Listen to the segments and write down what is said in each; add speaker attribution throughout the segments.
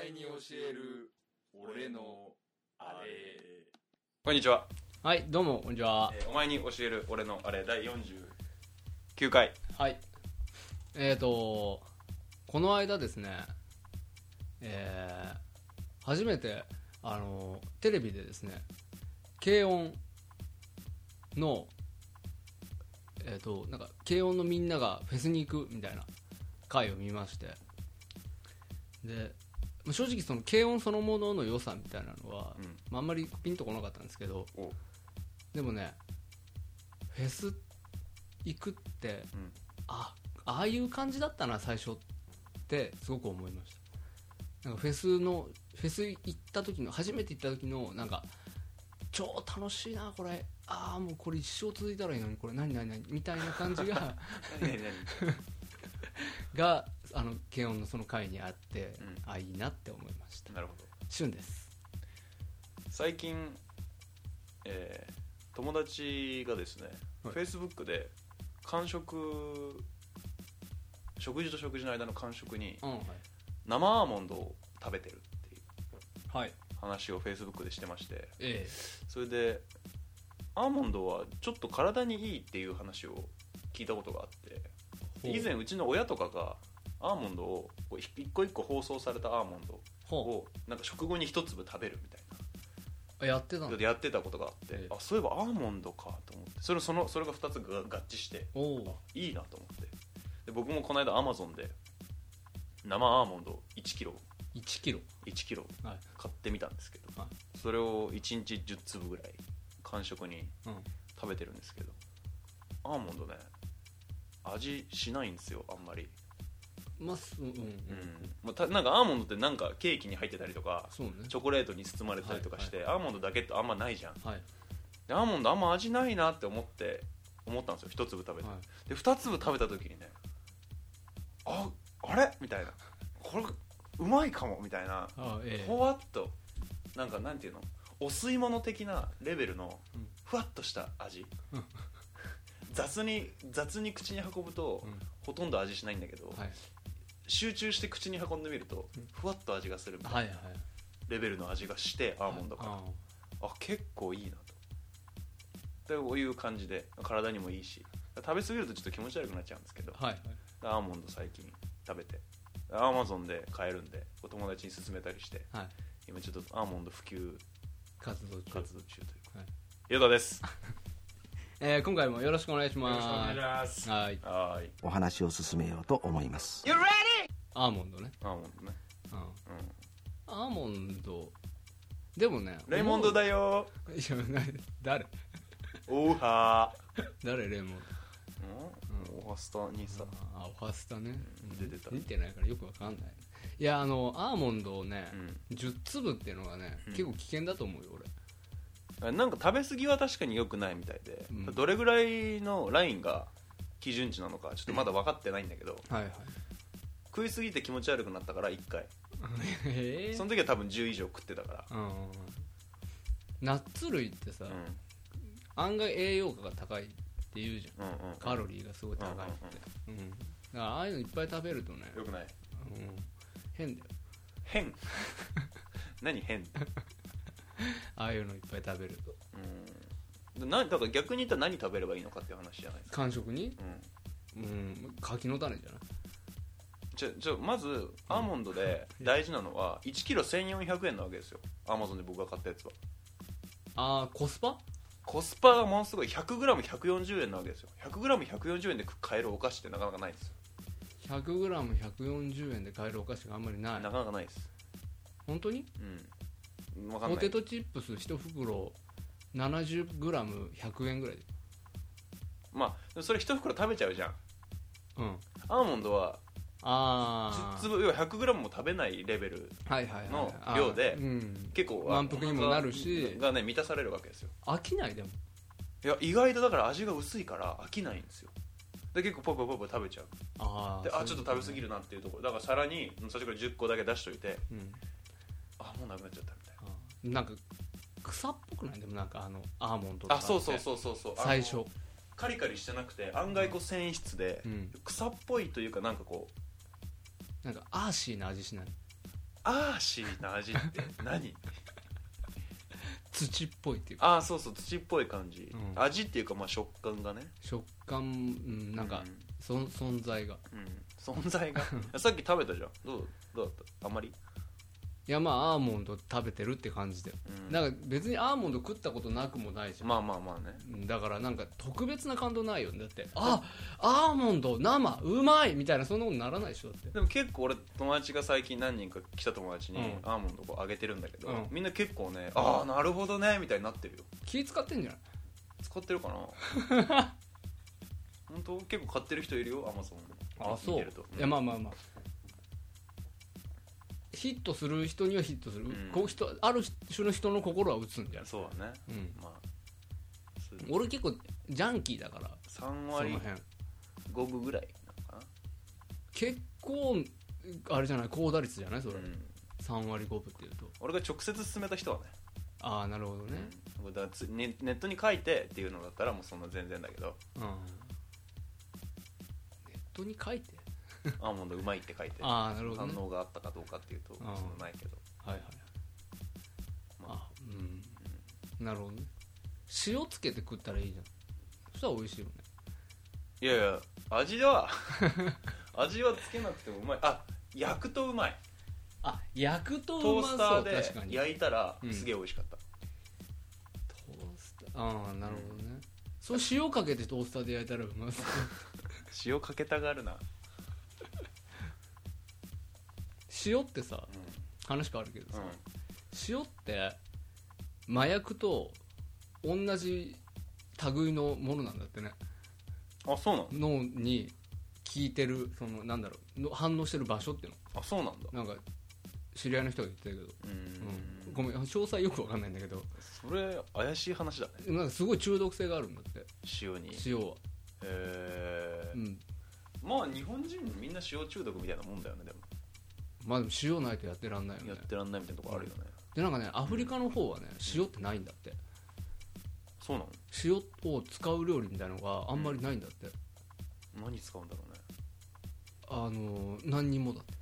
Speaker 1: える俺のあれ
Speaker 2: こんにちは、
Speaker 3: はい、どうも、こんにちは
Speaker 2: え。ーお前に教える俺のあれ第49回
Speaker 3: はい。えっ、ー、と、この間ですね、えー、初めて、あの、テレビでですね、軽音の、えっ、と、なんか、軽音のみんながフェスに行くみたいな回を見まして、で、まあ正直その軽音そのものの良さみたいなのは、
Speaker 2: うん
Speaker 3: まあ、あんまりピンとこなかったんですけど、
Speaker 2: お
Speaker 3: でもねフェス行くって、
Speaker 2: うん
Speaker 3: あああいう感じだったな最初ってすごく思いましたなんかフェスのフェス行った時の初めて行った時のなんか超楽しいなこれああもうこれ一生続いたらいいのにこれ何何何みたいな感じ が
Speaker 2: 何何
Speaker 3: があの軽音のその回にあって、
Speaker 2: うん
Speaker 3: あいいなって思いました
Speaker 2: なるほど
Speaker 3: 旬です
Speaker 2: 最近、えー友達がですね、
Speaker 3: はい
Speaker 2: Facebook で間食食事と食事の間の間食に
Speaker 3: うんはい、
Speaker 2: 生アーモンドを食べてるっていう
Speaker 3: はい、
Speaker 2: 話を Facebook でしてまして
Speaker 3: え
Speaker 2: それでアーモンドはちょっと体にいいっていう話を聞いたことがあって
Speaker 3: え
Speaker 2: 以前うちの親とかがアーモンドをこう一一個一個包装されたアーモンド
Speaker 3: ほ
Speaker 2: をなんか食後に一粒食べるみたいな
Speaker 3: うあやってた
Speaker 2: こと
Speaker 3: の
Speaker 2: でやってたことがあって、
Speaker 3: ええ
Speaker 2: あそういえばアーモンドかと思ってそれそのそれが2つが合致して
Speaker 3: おおう
Speaker 2: いいなと思ってで僕もこの間アマゾンで生アーモンド1キロ
Speaker 3: 1キロ
Speaker 2: 1キロ
Speaker 3: はい
Speaker 2: 買ってみたんですけど、
Speaker 3: は
Speaker 2: それを1日10粒ぐらい完食に
Speaker 3: うん
Speaker 2: 食べてるんですけどアーモンドね味しないんですよあんまり、
Speaker 3: まあすうんうん、
Speaker 2: うんまあたなんかアーモンドってなんかケーキに入ってたりとか
Speaker 3: そうね
Speaker 2: チョコレートに包まれてたりとかして、アーモンドだけってあんまないじゃん
Speaker 3: はい
Speaker 2: でアーモンドあんま味ないなって思って思ったんですよ一粒食べて、
Speaker 3: は
Speaker 2: で二粒食べた時にねああれみたいなこれうまいかもみたいな
Speaker 3: あええ
Speaker 2: ほわっとなんかなんていうのお吸い物的なレベルの
Speaker 3: うん
Speaker 2: ふわっとした味、
Speaker 3: うん
Speaker 2: 雑に雑に口に運ぶと、
Speaker 3: うん
Speaker 2: ほとんど味しないんだけど、
Speaker 3: はい
Speaker 2: 集中して口に運んでみると
Speaker 3: うん
Speaker 2: ふわっと味がするみたいな
Speaker 3: はいはい
Speaker 2: レベルの味がしてアーモンドから、
Speaker 3: あ
Speaker 2: あ結構いいなとでこういう感じで体にもいいし食べ過ぎるとちょっと気持ち悪くなっちゃうんですけど
Speaker 3: はいはい
Speaker 2: アーモンド最近食べてアマゾンで買えるんでお友達に勧めたりして
Speaker 3: はい
Speaker 2: 今ちょっとアーモンド普及
Speaker 3: 活動中
Speaker 2: 活動中というか、
Speaker 3: はい
Speaker 2: ゆうたです
Speaker 3: えー今回もよろしくお願いします
Speaker 1: ます
Speaker 3: はい
Speaker 2: はーい
Speaker 4: お話を進めようと思います
Speaker 3: アーモンドね、
Speaker 2: アーモンドね、
Speaker 3: うん、
Speaker 2: う
Speaker 3: アーモンドでもね
Speaker 2: ん、レモンド
Speaker 3: よ
Speaker 2: だよ
Speaker 3: いやな誰
Speaker 2: オーハ
Speaker 3: 誰レモン
Speaker 2: ー、うん、オーハスタにさ
Speaker 3: あおはスタね
Speaker 2: 出てた
Speaker 3: 見てないからよくわかんないいやあのアーモンドをね、
Speaker 2: うん
Speaker 3: 10粒っていうのがね、
Speaker 2: うん
Speaker 3: 結構危険だと思うよ俺
Speaker 2: なんか食べ過ぎは確かに良くないみたいで、
Speaker 3: うん
Speaker 2: どれぐらいのラインが基準値なのかちょっとまだ分かってないんだけど、
Speaker 3: はいはい
Speaker 2: 食い過ぎて気持ち悪くなったから1回
Speaker 3: ええ
Speaker 2: その時は多分10以上食ってたから
Speaker 3: うんうんうんナッツ類ってさ、
Speaker 2: うん
Speaker 3: 案外栄養価が高いって言うじゃん
Speaker 2: うんうん
Speaker 3: カロリーがすごい高いって、うんだからああいうのいっぱい食べるとね、
Speaker 2: よくない
Speaker 3: うん、変だよ
Speaker 2: 変 何変って
Speaker 3: ああいうのいっぱい食べると
Speaker 2: うんなだから逆に言ったら何食べればいいのかっていう話じゃないですか、
Speaker 3: 間食に
Speaker 2: うん、
Speaker 3: うん柿の種じゃない
Speaker 2: じゃじゃまずアーモンドで大事なのは1キロ1 4 0 0円なわけですよアマゾンで僕が買ったやつは
Speaker 3: ああコスパ
Speaker 2: コスパがものすごい 100g140 円なわけですよ 100g140 円で買えるお菓子ってなかなかないです
Speaker 3: 100g140 円で買えるお菓子があんまりな
Speaker 2: ないかなかないです
Speaker 3: 本当に
Speaker 2: うん分かんない
Speaker 3: ポテトチップス1袋 70g100 円ぐらいで
Speaker 2: まあでもそれ一袋食べちゃうじゃん
Speaker 3: うん
Speaker 2: アーモンドは
Speaker 3: あ
Speaker 2: 10
Speaker 3: あ
Speaker 2: 粒要は 100g も食べないレベル
Speaker 3: はいはいはい
Speaker 2: の
Speaker 3: あー
Speaker 2: 量で
Speaker 3: うん、
Speaker 2: 結構
Speaker 3: 満腹にもなるし
Speaker 2: お腹がね満たされるわけですよ
Speaker 3: 飽きないでも
Speaker 2: いや意外とだから味が薄いから飽きないんですよで結構パパパパ食べちゃう
Speaker 3: あ
Speaker 2: であちょっと食べ過ぎ
Speaker 3: る、
Speaker 2: るなっていうところだから皿に最初から10個だけ出しといて
Speaker 3: うん、
Speaker 2: あもうなくなっちゃったみたい
Speaker 3: あなんか草っぽくないでもなんかあのアーモンドとか
Speaker 2: なあ
Speaker 3: って
Speaker 2: そうそうそうそうそうあの
Speaker 3: 最初
Speaker 2: カリカリしてなくて案外こう繊維質で
Speaker 3: うん
Speaker 2: 草っぽいというかなんかこう
Speaker 3: なんかアーシーな味しない
Speaker 2: アーシーな味 って何
Speaker 3: 土っぽいっていうか
Speaker 2: ああそうそう土っぽい感じ、
Speaker 3: うん
Speaker 2: 味っていうかまあ食感がね
Speaker 3: 食感、うん、なんか、そ存在が
Speaker 2: うん、うん存在 がさっき食べたじゃんどうどうだったあんまり、
Speaker 3: いやまあアーモンド食べてるって感じで、
Speaker 2: うん、
Speaker 3: なんか別にアーモンド食ったことなくもないじゃん、
Speaker 2: まあまあまあね
Speaker 3: うんだからなんか特別な感動ないよねだってあアーモンド生うまいみたいなそんなことならないでしょだって
Speaker 2: でも結構俺友達が最近何人か来た友達に
Speaker 3: うん
Speaker 2: アーモンドこうあげてるんだけど、
Speaker 3: うん
Speaker 2: みんな結構ねああなるほどねみたいになってるよ
Speaker 3: 気使ってんじゃない
Speaker 2: 使ってる かな本当結構買ってる人いるよアマゾン
Speaker 3: い
Speaker 2: 見てると
Speaker 3: やまあまあまあヒットする人にはヒットする、
Speaker 2: ん
Speaker 3: こう人ある種の人の心は打つんじゃん、
Speaker 2: そうだね
Speaker 3: うん、
Speaker 2: まあそう
Speaker 3: 俺結構ジャンキーだから
Speaker 2: 3
Speaker 3: そ
Speaker 2: 割
Speaker 3: の辺
Speaker 2: 5分ぐらいなのか
Speaker 3: 結構あれじゃない高打率じゃないそれ、
Speaker 2: な、うん、
Speaker 3: 3割5分っていうと
Speaker 2: 俺が直接勧めた人はね
Speaker 3: ああなるほどね
Speaker 2: うんだからつネネットに書いてっていうのだったらもうそんな全然だけ ど
Speaker 3: うん、ネットに書いて
Speaker 2: アーモンドうまいって書いて
Speaker 3: ああなるほど
Speaker 2: 反
Speaker 3: ね
Speaker 2: 応があったかどうかっていうとそんなないけど
Speaker 3: はいはい
Speaker 2: ま
Speaker 3: あうんなるほどね塩つけて食ったらいいじゃんそしたら美味しいよね
Speaker 2: いやいや味は 味はつけなくてもうまいあ焼くとうまい
Speaker 3: あ焼くと
Speaker 2: ト
Speaker 3: う
Speaker 2: ー
Speaker 3: まそ
Speaker 2: ス
Speaker 3: う
Speaker 2: ター
Speaker 3: 確か
Speaker 2: で
Speaker 3: に
Speaker 2: 焼いたら
Speaker 3: うん
Speaker 2: すげえ美味しかった、
Speaker 3: トースターああなるほどね、それ塩かけてトースターで焼いたらうまそう
Speaker 2: 塩かけたがるな、
Speaker 3: 塩ってさ話変わるけどさ、塩って麻薬と同じ類のものなんだってね
Speaker 2: あそうなの
Speaker 3: 脳に効いてるそのなんだろうの反応してる場所っていう
Speaker 2: あそうなんだ
Speaker 3: のなんか知り合いの人が言ってたけど、
Speaker 2: うん
Speaker 3: うんごめん詳細よくわかんないんだけど
Speaker 2: それ怪しい話だね
Speaker 3: なんかすごい中毒性があるんだって
Speaker 2: 塩にへ
Speaker 3: 塩は、
Speaker 2: え
Speaker 3: うん、
Speaker 2: まあ日本人みんな塩中毒みたいなもんだよねでも
Speaker 3: まあでも塩ないとやってらんないよね
Speaker 2: やってらんないみたいなとこあるよね
Speaker 3: でなんかねアフリカの方はね塩ってないんだって
Speaker 2: そうなの
Speaker 3: 塩を使う料理みたいなのがあんまりないんだって、
Speaker 2: 何使うんだろうね
Speaker 3: あのー何にもだって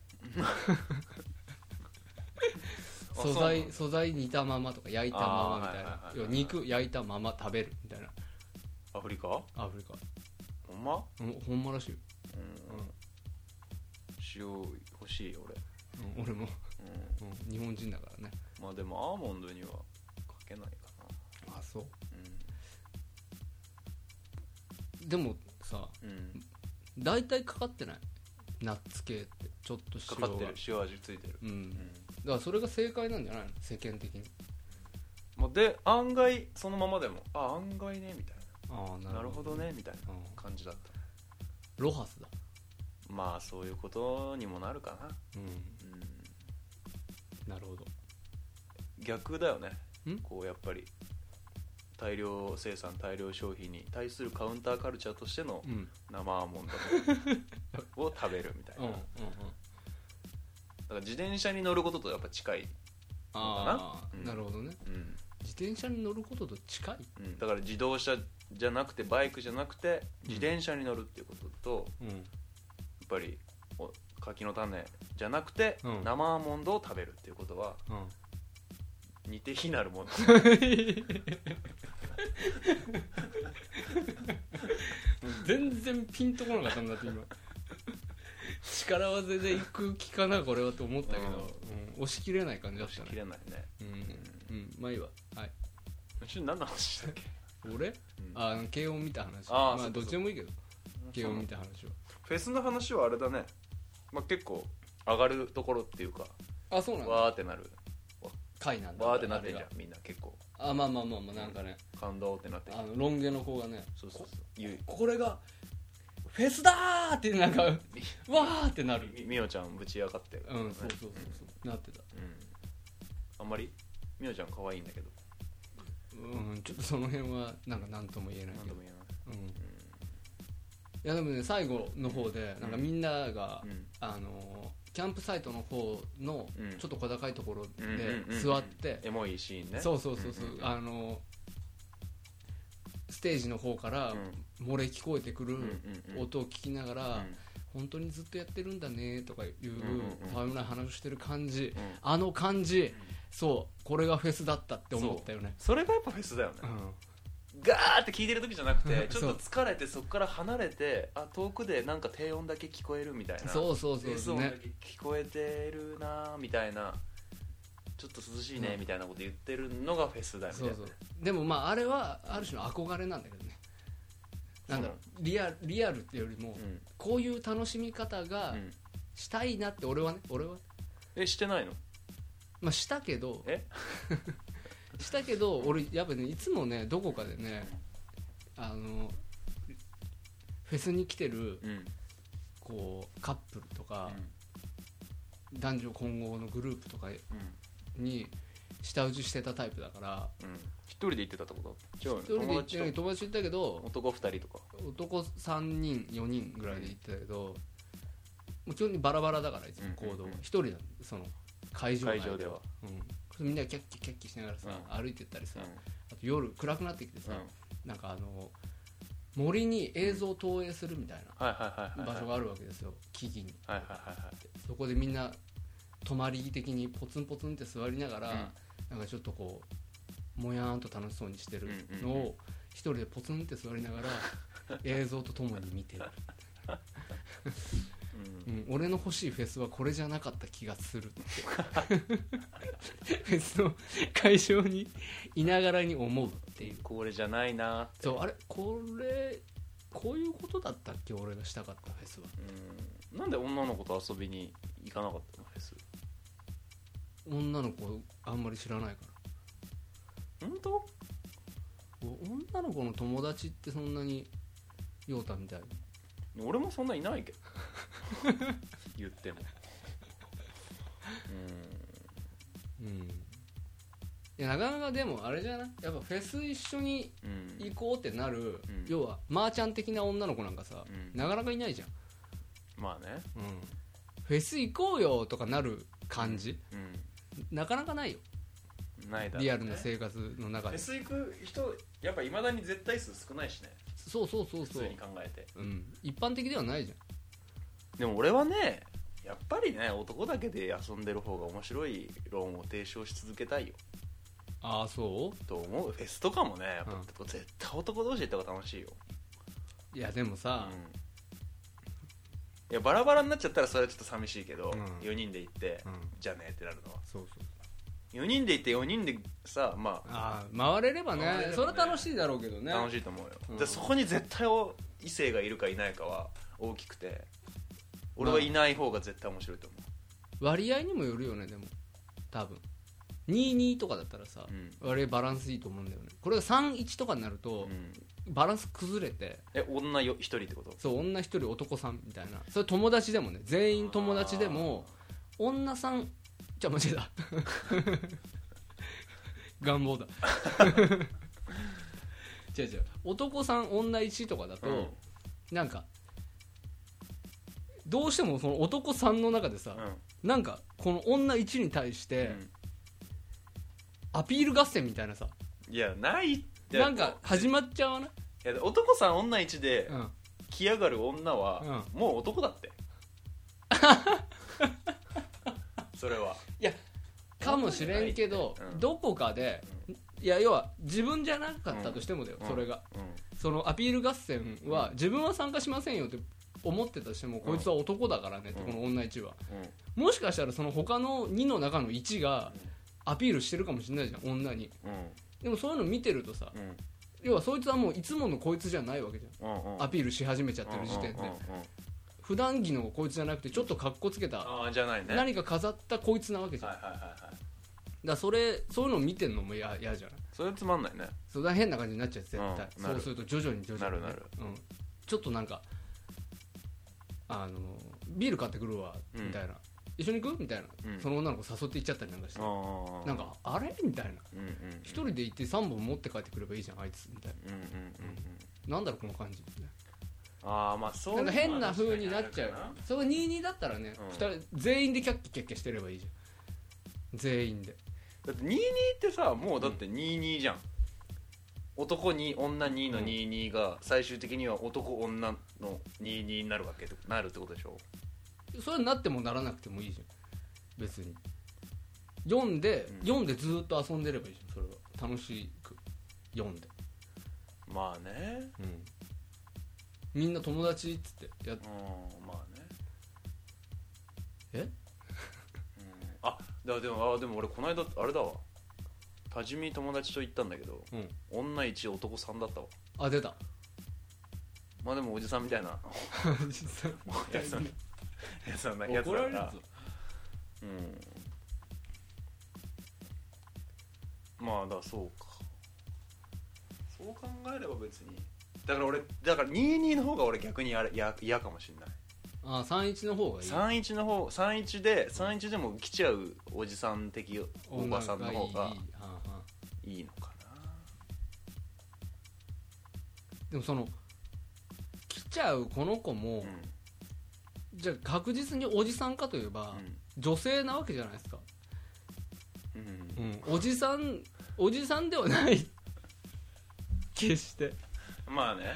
Speaker 2: あそうな
Speaker 3: 素
Speaker 2: ん
Speaker 3: 材
Speaker 2: だ
Speaker 3: 素材煮たままとか焼いたままみた
Speaker 2: あーはいはい
Speaker 3: い
Speaker 2: はい
Speaker 3: な
Speaker 2: はい
Speaker 3: 要は肉焼いたまま食べるみたいな
Speaker 2: アフリカ
Speaker 3: アフリカ
Speaker 2: ほんま
Speaker 3: ほんほんまらしいよ、
Speaker 2: うん塩欲しい俺
Speaker 3: うん俺も、
Speaker 2: うん
Speaker 3: うん日本人だからね
Speaker 2: まあでもアーモンドにはかけないかな
Speaker 3: あそう
Speaker 2: う
Speaker 3: でもさ
Speaker 2: ん、うん、
Speaker 3: 大体かかってないナッツ系ってちょっと
Speaker 2: か
Speaker 3: 塩
Speaker 2: か
Speaker 3: が
Speaker 2: ってる塩味ついてる、
Speaker 3: う
Speaker 2: うん
Speaker 3: んだからそれが正解なんじゃないの世間的に
Speaker 2: まあ、で案外そのままでもあ案外ねみたい
Speaker 3: ああ
Speaker 2: ななるほどねみたいな
Speaker 3: うん
Speaker 2: 感じだった
Speaker 3: ロハスだ
Speaker 2: まあそういうことにもなるかな、
Speaker 3: うん
Speaker 2: うん、
Speaker 3: なるほど
Speaker 2: 逆だよね
Speaker 3: ん
Speaker 2: こうやっぱり大量生産大量消費に対するカウンターカルチャーとしての
Speaker 3: うん
Speaker 2: 生アーモンドを食べるみたい
Speaker 3: うん
Speaker 2: な、
Speaker 3: うんう
Speaker 2: だ
Speaker 3: ん
Speaker 2: から自転車に乗ることとやっぱ近い、
Speaker 3: あ
Speaker 2: う
Speaker 3: あ
Speaker 2: ん
Speaker 3: なるほどね
Speaker 2: うん
Speaker 3: 自転車に乗ることと近い
Speaker 2: うん、だから自動車じゃなくてバイクじゃなくて自転車に乗るっていうことと、
Speaker 3: うん
Speaker 2: やっぱりお柿の種じゃなくて、
Speaker 3: うん
Speaker 2: 生アーモンドを食べるっていうことは
Speaker 3: うん
Speaker 2: 似て非なるもの
Speaker 3: 全然ピンとこなかったんだって今力技で行く気かなこれはと思ったけど、うん押し切れない感じだった
Speaker 2: しき
Speaker 3: ね
Speaker 2: れないね
Speaker 3: うん、うん、まあいいわはい
Speaker 2: ちょ何の話したっけ
Speaker 3: 俺、あの慶応見た話
Speaker 2: あー
Speaker 3: ま
Speaker 2: そ
Speaker 3: あ
Speaker 2: うか
Speaker 3: どっちでもいいけど慶応見た話は
Speaker 2: フェスの話はあれだね、まあ、結構上がるところっていうか
Speaker 3: あそうなんだ
Speaker 2: わーってなる
Speaker 3: 回なんだ
Speaker 2: わーってなってんじゃん
Speaker 3: あ
Speaker 2: みんな結構
Speaker 3: れがあまあまあまあまあなんかね
Speaker 2: 感動ってなってんじ
Speaker 3: あ
Speaker 2: ゃん
Speaker 3: のロン毛の子がね
Speaker 2: そうそうそうゆい
Speaker 3: これがフェスだーってなんかわーってなる
Speaker 2: みみおちゃんぶち上がって
Speaker 3: うんそうそうそうそうなってた
Speaker 2: うんあんまりみおちゃん可愛いんだけど
Speaker 3: うんちょっとその辺はなんか何とも言えない
Speaker 2: 何で
Speaker 3: けど
Speaker 2: も言えない
Speaker 3: うんいやでもね最後の方でなんかみんなが、
Speaker 2: うん
Speaker 3: あのーキャンプサイトの方の
Speaker 2: うん
Speaker 3: ちょっと小高いところ
Speaker 2: うんうんうんう
Speaker 3: で
Speaker 2: ん
Speaker 3: 座って、
Speaker 2: エモいシーンね
Speaker 3: そうそうそうそう、
Speaker 2: んん
Speaker 3: あのーステージの方から
Speaker 2: うん
Speaker 3: 漏れ聞こえてくる
Speaker 2: うんうんうん
Speaker 3: 音を聞きながら、
Speaker 2: うん
Speaker 3: 本当にずっとやってるんだねとかい
Speaker 2: う
Speaker 3: う
Speaker 2: んうん
Speaker 3: タイムライン話をしてる感じ
Speaker 2: うん
Speaker 3: あの感じそうこれがフェスだったって思ったよね
Speaker 2: それがやっぱフェスだよね、
Speaker 3: うん
Speaker 2: ガーって聞いてる時じゃなくてちょっ
Speaker 3: そう
Speaker 2: と疲れてそこから離れてあ遠くでなんか低音だけ聞こえるみたいな
Speaker 3: そうそうそうで
Speaker 2: 低
Speaker 3: す
Speaker 2: 音だ
Speaker 3: ね
Speaker 2: け聞こえてるなーみたいなちょっと涼しいね
Speaker 3: うん
Speaker 2: みたいなこと言ってるのがフェスだよね
Speaker 3: そうそうでもまああれはある種の憧れなんだけどねなんだろうリアリアルっていうより
Speaker 2: う
Speaker 3: も
Speaker 2: ん
Speaker 3: こういう楽しみ方が
Speaker 2: うん
Speaker 3: したいなって俺はね俺は
Speaker 2: えしてないの
Speaker 3: まあしたけど
Speaker 2: え
Speaker 3: したけど俺やっぱねいつもねどこかでねあのフェスに来てる
Speaker 2: うん
Speaker 3: こうカップルとか男女混合のグループとか
Speaker 2: うん
Speaker 3: に舌打ちしてたタイプだから
Speaker 2: うん一人で行ってたってこと違うよ
Speaker 3: 一人で行ってな
Speaker 2: 友達
Speaker 3: い友達行ったけ
Speaker 2: と
Speaker 3: ど
Speaker 2: 男二人とか
Speaker 3: 男3人4人ぐらいで行ってたけどもう基本にバラバラだからいつも行
Speaker 2: うん
Speaker 3: 動
Speaker 2: うんうん
Speaker 3: 一人なのその会場内
Speaker 2: 会場では、
Speaker 3: うん、みんなキャッキキャッキしながらさ、歩いてったりさ、あと夜暗くなってきてさ、
Speaker 2: うん
Speaker 3: なんかあの森に映像を投影するみたい
Speaker 2: はいはいは
Speaker 3: ない
Speaker 2: はい
Speaker 3: 場所があるわけですよ木々に
Speaker 2: はいはいはいはい
Speaker 3: そこでみんな泊まり木的にポツンポツンって座りながら、なんかちょっとこうもやーんと楽しそうにしてるの
Speaker 2: うんうんう
Speaker 3: を一人でポツンって座りながら 映像とともに見てる、
Speaker 2: うん
Speaker 3: うん、俺の欲しいフェスはこれじゃなかった気がするって フェスの会場にいながらに思うっていう
Speaker 2: これじゃないなーって
Speaker 3: そうあれこれこういうことだったっけ俺がしたかったフェスは
Speaker 2: うんなんで女の子と遊びに行かなかったのフェス
Speaker 3: 女の子あんまり知らないから
Speaker 2: 本当
Speaker 3: お女の子の友達ってそんなに陽太みたい
Speaker 2: 俺もそんない ないけど言っても
Speaker 3: うんいやなかなかでもあれじゃないやっぱフェス一緒に
Speaker 2: うんうん
Speaker 3: 行こうってな
Speaker 2: う
Speaker 3: る、
Speaker 2: ん
Speaker 3: 要はマーチャン的な女の子なんかさ、
Speaker 2: うん
Speaker 3: なかなかいないじゃん、
Speaker 2: まあね
Speaker 3: フェス行こうよとかなる感じ、
Speaker 2: う
Speaker 3: なかなかないよ
Speaker 2: んないだろうね
Speaker 3: リアルな生活の中
Speaker 2: フ
Speaker 3: で
Speaker 2: ェス行く人やっぱいまだに絶対数少ないしね
Speaker 3: そうそうそう
Speaker 2: 普
Speaker 3: そう
Speaker 2: 通に考えて
Speaker 3: うん、一般的ではないじゃん
Speaker 2: でも俺はねやっぱりね男だけで遊んでる方が面白い論を提唱し続けたいよ
Speaker 3: ああそ
Speaker 2: と思うフェスとかもねやっぱ
Speaker 3: うん
Speaker 2: 絶対男同士で行った方が楽しいよ
Speaker 3: ういやでもさ、
Speaker 2: いやバラバラになっちゃったらそれはちょっと寂しいけど、
Speaker 3: うん
Speaker 2: 4人で行って、
Speaker 3: うん
Speaker 2: じゃあねってなるのは
Speaker 3: そうそう
Speaker 2: 4人で行って4人でさまあ
Speaker 3: ああ回れればね
Speaker 2: 回れればね
Speaker 3: それは楽しいだろうけどね
Speaker 2: 楽しいと思うよ、
Speaker 3: うん
Speaker 2: でそこに絶対お異性がいるかいないかは大きくて俺はいない方が絶対面白いと思
Speaker 3: 割合にもよるよねでも多分22とかだったらさ、
Speaker 2: うん
Speaker 3: 割合バランスいいと思うんだよねこれが31とかになる
Speaker 2: う、
Speaker 3: と
Speaker 2: う、ん
Speaker 3: バランス崩れて
Speaker 2: え女よ1人ってこと
Speaker 3: そう女1人男さんみたいなそれ友達でもね全員友達でも女さんじゃあ間違えた 願望だ 違う違う男さん女1とかだと、
Speaker 2: うん
Speaker 3: なんかどうしてもその男さんの中でさ、
Speaker 2: うん
Speaker 3: なんかこの女1に対してアピール合戦みたいなさ
Speaker 2: いやないって
Speaker 3: なんか始まっちゃわない
Speaker 2: いや男さん女1で
Speaker 3: うん
Speaker 2: 来やがる女は、もう男だって それは
Speaker 3: かもしれんけど
Speaker 2: うん
Speaker 3: どこかでいや要は自分じゃなかったとしてもだよ
Speaker 2: うん
Speaker 3: それが
Speaker 2: うん
Speaker 3: そのアピール合戦は自分は参加しませんよって思ってたとしてもこいつは男だからねって
Speaker 2: うん
Speaker 3: この女1は
Speaker 2: うん
Speaker 3: もしかしたらその他の2の中の1がアピールしてるかもしれないじゃん女に
Speaker 2: うん
Speaker 3: でもそういうの見てるとさ
Speaker 2: うん
Speaker 3: 要はそいつはもういつものこいつじゃないわけじゃん
Speaker 2: うんうん
Speaker 3: アピールし始めちゃってる時点
Speaker 2: うんう
Speaker 3: で
Speaker 2: んうん
Speaker 3: 普段着のこいつじゃなくてちょっと格好つけた
Speaker 2: ああじゃないね
Speaker 3: 何か飾ったこいつなわけじゃん
Speaker 2: はい
Speaker 3: だ
Speaker 2: は
Speaker 3: か
Speaker 2: いはいはい
Speaker 3: らそれそういうのを見てるのも嫌嫌じゃない
Speaker 2: それつまんないね
Speaker 3: それは変な感じになっちゃう絶対
Speaker 2: うんな
Speaker 3: そう
Speaker 2: る
Speaker 3: すると徐々に徐々にね
Speaker 2: なるなる
Speaker 3: うんちょっとなんかあのビール買ってくるわ
Speaker 2: うん
Speaker 3: みたいな一緒に行くみたいな
Speaker 2: うん
Speaker 3: その女の子誘って行っちゃったりなんかして
Speaker 2: ああ
Speaker 3: なんかあれみたいな
Speaker 2: うんうんうん
Speaker 3: 一人で行って3本持って帰ってくればいいじゃんあいつみたい
Speaker 2: うんうんうんうん
Speaker 3: ななんだろうこの感じ
Speaker 2: ああまあそう
Speaker 3: ない
Speaker 2: うんのは
Speaker 3: か変な風になっちゃ
Speaker 2: 確か
Speaker 3: う
Speaker 2: にあるか
Speaker 3: それが22だったらね、
Speaker 2: うん
Speaker 3: 二人全員でキャッキャッキャッキャしてればいいじゃん全員で
Speaker 2: なだって22ってさもうだって22じゃん男に女にの22が最終的には男女の22になるわけってなるってことでしょ
Speaker 3: それになってもならなくてもいいじゃん別に読んで、
Speaker 2: うん
Speaker 3: 読んでずっと遊んでればいいじゃんそれは楽しく読んで、
Speaker 2: まあね
Speaker 3: みんな友達っつってやっ
Speaker 2: うんまあね
Speaker 3: え
Speaker 2: うんあだでもあでも俺この間あれだわ多治見友達と行ったんだけど
Speaker 3: うん
Speaker 2: 女1男3だったわ
Speaker 3: あ出 た
Speaker 2: まあでもおじさんみた いな
Speaker 3: 実際
Speaker 2: やつなんだやつなんだやつ
Speaker 3: 怒ら
Speaker 2: だ
Speaker 3: れ
Speaker 2: か
Speaker 3: るぞ
Speaker 2: らうんまあだそうかそう考えれば別にだから俺だから22の方が俺逆にあれや嫌かもしんない
Speaker 3: あ31の方がいい
Speaker 2: 31の方31で31でも来ちゃうおじさん的おばさんの方
Speaker 3: 女
Speaker 2: が
Speaker 3: いいはんはん
Speaker 2: いいのか
Speaker 3: でもその来ちゃうこの子も、
Speaker 2: なうん
Speaker 3: じゃあ確実におじさんかといえば、女性なわけじゃないですか、
Speaker 2: うんうん
Speaker 3: おじさんおじさんではない決して
Speaker 2: まあね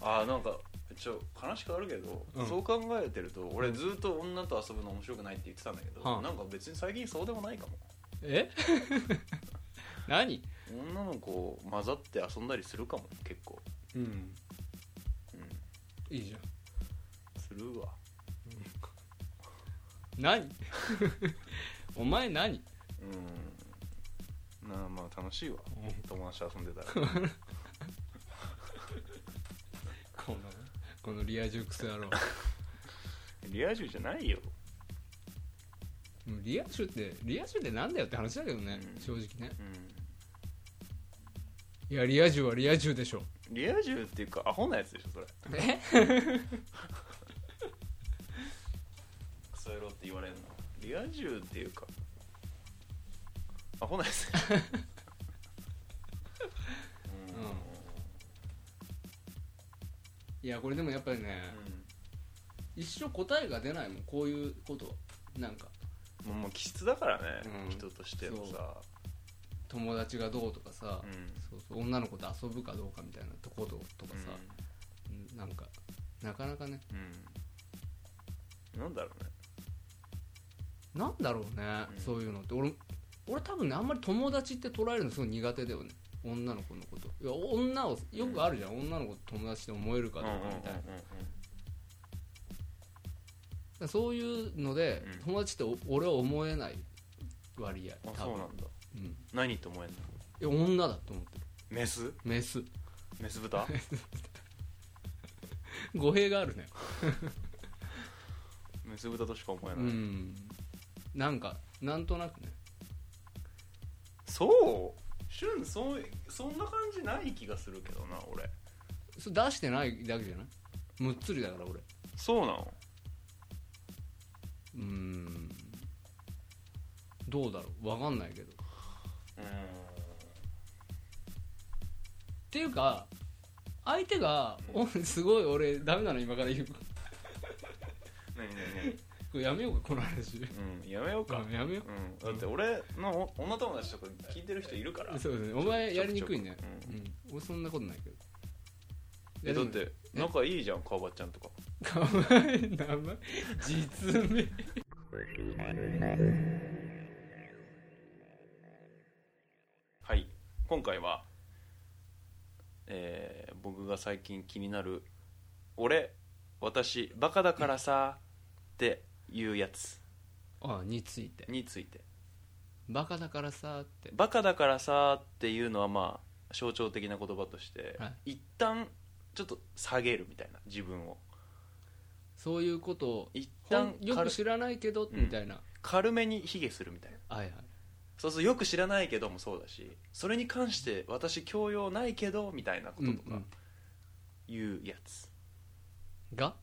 Speaker 2: あーなんかちょ悲しくあるけど、
Speaker 3: うん
Speaker 2: そう考えてると俺ずっと女と遊ぶの面白くないって言ってたんだけど、
Speaker 3: はあ
Speaker 2: なんか別に最近そうでもないかも
Speaker 3: え 何
Speaker 2: 女の子混ざって遊んだりするかも結構
Speaker 3: うん
Speaker 2: うん
Speaker 3: いいじゃん
Speaker 2: するわ
Speaker 3: 何 お前何
Speaker 2: うんなあまあ楽しいわ友達と遊んでた ら
Speaker 3: このこのリア充クソ 野郎
Speaker 2: リア充じゃないよ
Speaker 3: もうリア充ってリア充ってなんだよって話だけどね、
Speaker 2: うん
Speaker 3: 正直ね
Speaker 2: うん
Speaker 3: いやリア充はリア充でしょ
Speaker 2: リア充っていうかアホなやつでしょそれ
Speaker 3: え
Speaker 2: クソ野郎って言われるのリア充っていうかアホなや つうん
Speaker 3: うんいやこれでもやっぱりね、一生答えが出ないもんこういうことなんか
Speaker 2: もうもう気質だからね、
Speaker 3: うん
Speaker 2: 人としてのさ
Speaker 3: 友達がどうとかさ、
Speaker 2: うん
Speaker 3: そうそう女の子と遊ぶかどうかみたいなとこととかさ、うんなんかなかなかね
Speaker 2: うん、うん、なんだろうね
Speaker 3: なんだろうね、
Speaker 2: うん
Speaker 3: そういうのって俺俺多分ねあんまり友達って捉えるのすごい苦手だよね女の子のこといや女をよくあるじゃん、女の子と友達って思えるかどうかみた
Speaker 2: う
Speaker 3: いな、だか
Speaker 2: んうん
Speaker 3: らそういうので、
Speaker 2: うん
Speaker 3: 友達ってお俺は思えない割合
Speaker 2: うんうんあ
Speaker 3: 多
Speaker 2: そう
Speaker 3: 分
Speaker 2: なんだ
Speaker 3: うん、い
Speaker 2: 何と思えんの
Speaker 3: や女だと思ってる
Speaker 2: メス
Speaker 3: メス
Speaker 2: メス豚
Speaker 3: 語弊があるね
Speaker 2: メス豚としか思え
Speaker 3: う
Speaker 2: ない、
Speaker 3: んなんかなんとなくね
Speaker 2: そうシュンそうそんな感じない気がするけどな俺
Speaker 3: それ出してないだけじゃないむっつりだから俺
Speaker 2: そうなの
Speaker 3: うーんどうだろうわかんないけどっ
Speaker 2: う
Speaker 3: ていうか相手が「おすごい俺ダメなの今から言うこ
Speaker 2: ん何何何
Speaker 3: れやめようかこの話
Speaker 2: うんやめようか、
Speaker 3: やめよ
Speaker 2: うん、だって俺のお女友達とか聞いてる人いるから
Speaker 3: うそうですねお前やりにくいね
Speaker 2: ちょくちょ
Speaker 3: う
Speaker 2: く
Speaker 3: ん俺そんなことないけど
Speaker 2: えだっ
Speaker 3: いや
Speaker 2: て仲いいじゃん川場ちゃんとか
Speaker 3: でもかわい い名前実名
Speaker 2: はい今回は、えー僕が最近気になる「俺私バカだからさ」っていうやつ
Speaker 3: あについて
Speaker 2: について
Speaker 3: バカだからさーって
Speaker 2: バカだからさっていうのはまあ象徴的な言葉として、
Speaker 3: は
Speaker 2: 一旦ちょっと下げるみたいな自分を
Speaker 3: そういうことを
Speaker 2: 一旦
Speaker 3: ほんよ
Speaker 2: 軽
Speaker 3: く知らないけど
Speaker 2: うん
Speaker 3: みたいな、
Speaker 2: 軽めに卑下するみたいな
Speaker 3: はいはい
Speaker 2: そうするとよく知らないけどもそうだしそれに関して私教養ないけどみたいなことと
Speaker 3: うんう
Speaker 2: か
Speaker 3: ん
Speaker 2: いうやつ、
Speaker 3: が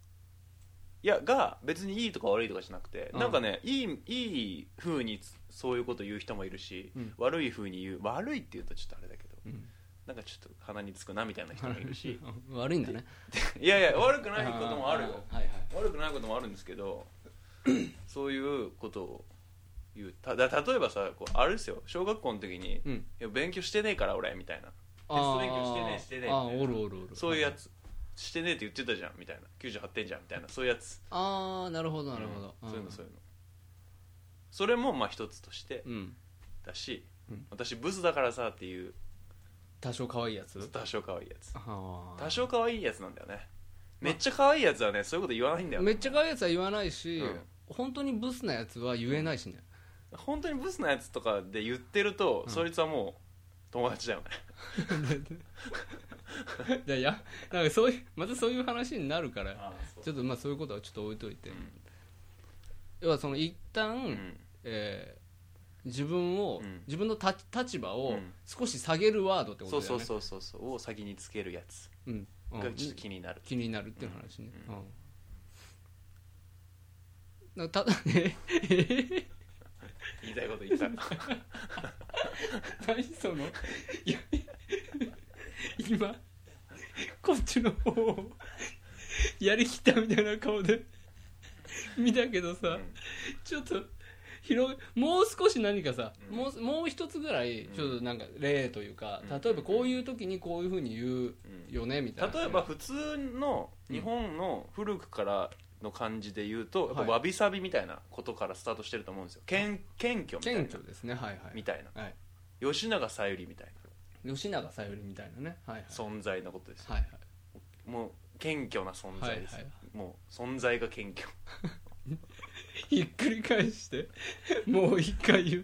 Speaker 2: いやが別にいいとか悪いとかじゃなくて、
Speaker 3: うん
Speaker 2: なんかねいいいい風につそういうこと言う人もいるし、
Speaker 3: うん
Speaker 2: 悪い風に言う悪いって言うとちょっとあれだけど
Speaker 3: うん
Speaker 2: なんかちょっと鼻につくなみたいな人もいるし
Speaker 3: 悪いんだね
Speaker 2: いやいや悪くないこともあるよ
Speaker 3: ーはいはい
Speaker 2: 悪くないこともあるんですけ どそういうことを言うただ例えばさこうあれですよ小学校の時に、
Speaker 3: うん
Speaker 2: いや勉強してねえから俺みたいな
Speaker 3: あー
Speaker 2: スト勉強してねしてね
Speaker 3: あーおるおるおる
Speaker 2: そういうやつしてねえって言ってたじゃんみたいな98点じゃんみたいなそういうやつ
Speaker 3: ああなるほどなるほど、
Speaker 2: うん
Speaker 3: ん
Speaker 2: そういうのそういうのそれもまあ一つとして
Speaker 3: うん
Speaker 2: だし、
Speaker 3: うん
Speaker 2: 私ブスだからさっていう
Speaker 3: 多少可愛いやつ
Speaker 2: 多少可愛いやつ
Speaker 3: あー
Speaker 2: 多少可愛いやつなんだよねめっちゃ可愛いやつはねそういうこと言わないんだよ
Speaker 3: めっちゃ可愛いやつは言わないし、
Speaker 2: うん
Speaker 3: 本当にブスなやつは言えないしね、
Speaker 2: 本当にブスなやつとかで言ってると、
Speaker 3: うん
Speaker 2: そいつはもう友達だよね
Speaker 3: いやいやなんかそういうまたそういう話になるから
Speaker 2: あ
Speaker 3: ちょっとまあそういうことはちょっと置いといて、
Speaker 2: ん
Speaker 3: 要はその一旦、
Speaker 2: うん
Speaker 3: えー自分を、
Speaker 2: うん
Speaker 3: 自分のた立場
Speaker 2: う
Speaker 3: を
Speaker 2: ん
Speaker 3: 少し下げるワードってこ
Speaker 2: そ
Speaker 3: と
Speaker 2: う
Speaker 3: だ
Speaker 2: そ
Speaker 3: よ
Speaker 2: う
Speaker 3: ね
Speaker 2: そうそうそうを先につけるやつ
Speaker 3: うんうん
Speaker 2: がちょっと気になる、
Speaker 3: 気になるっていう話ね、
Speaker 2: う
Speaker 3: うんんなたえ
Speaker 2: 言いたいこと言った
Speaker 3: 何そのいや今こっちの方をやりきったみたいな顔で見たけどさ、
Speaker 2: ん
Speaker 3: ちょっと広げもう少し何かさ、もうもう一つぐらい
Speaker 2: ん
Speaker 3: ちょっとなんか例というか、
Speaker 2: うん
Speaker 3: 例えばこういう時にこういうふうに言うよね、みたいな
Speaker 2: 例えば普通の日本の古くからの感じで言うと、やっぱ
Speaker 3: はい
Speaker 2: わびさびみたいなことからスタートしてると思うんですよ謙謙虚みたいな
Speaker 3: 謙虚ですねはいはい
Speaker 2: みたい
Speaker 3: はい、
Speaker 2: な吉永小百合みたい
Speaker 3: 吉永小百合みたいなねはいはい
Speaker 2: な存在のことですよ、
Speaker 3: はいはい
Speaker 2: もう謙虚な存在ですよ、
Speaker 3: はいは
Speaker 2: もう存在が謙虚
Speaker 3: ひっくり返してもう一回言っ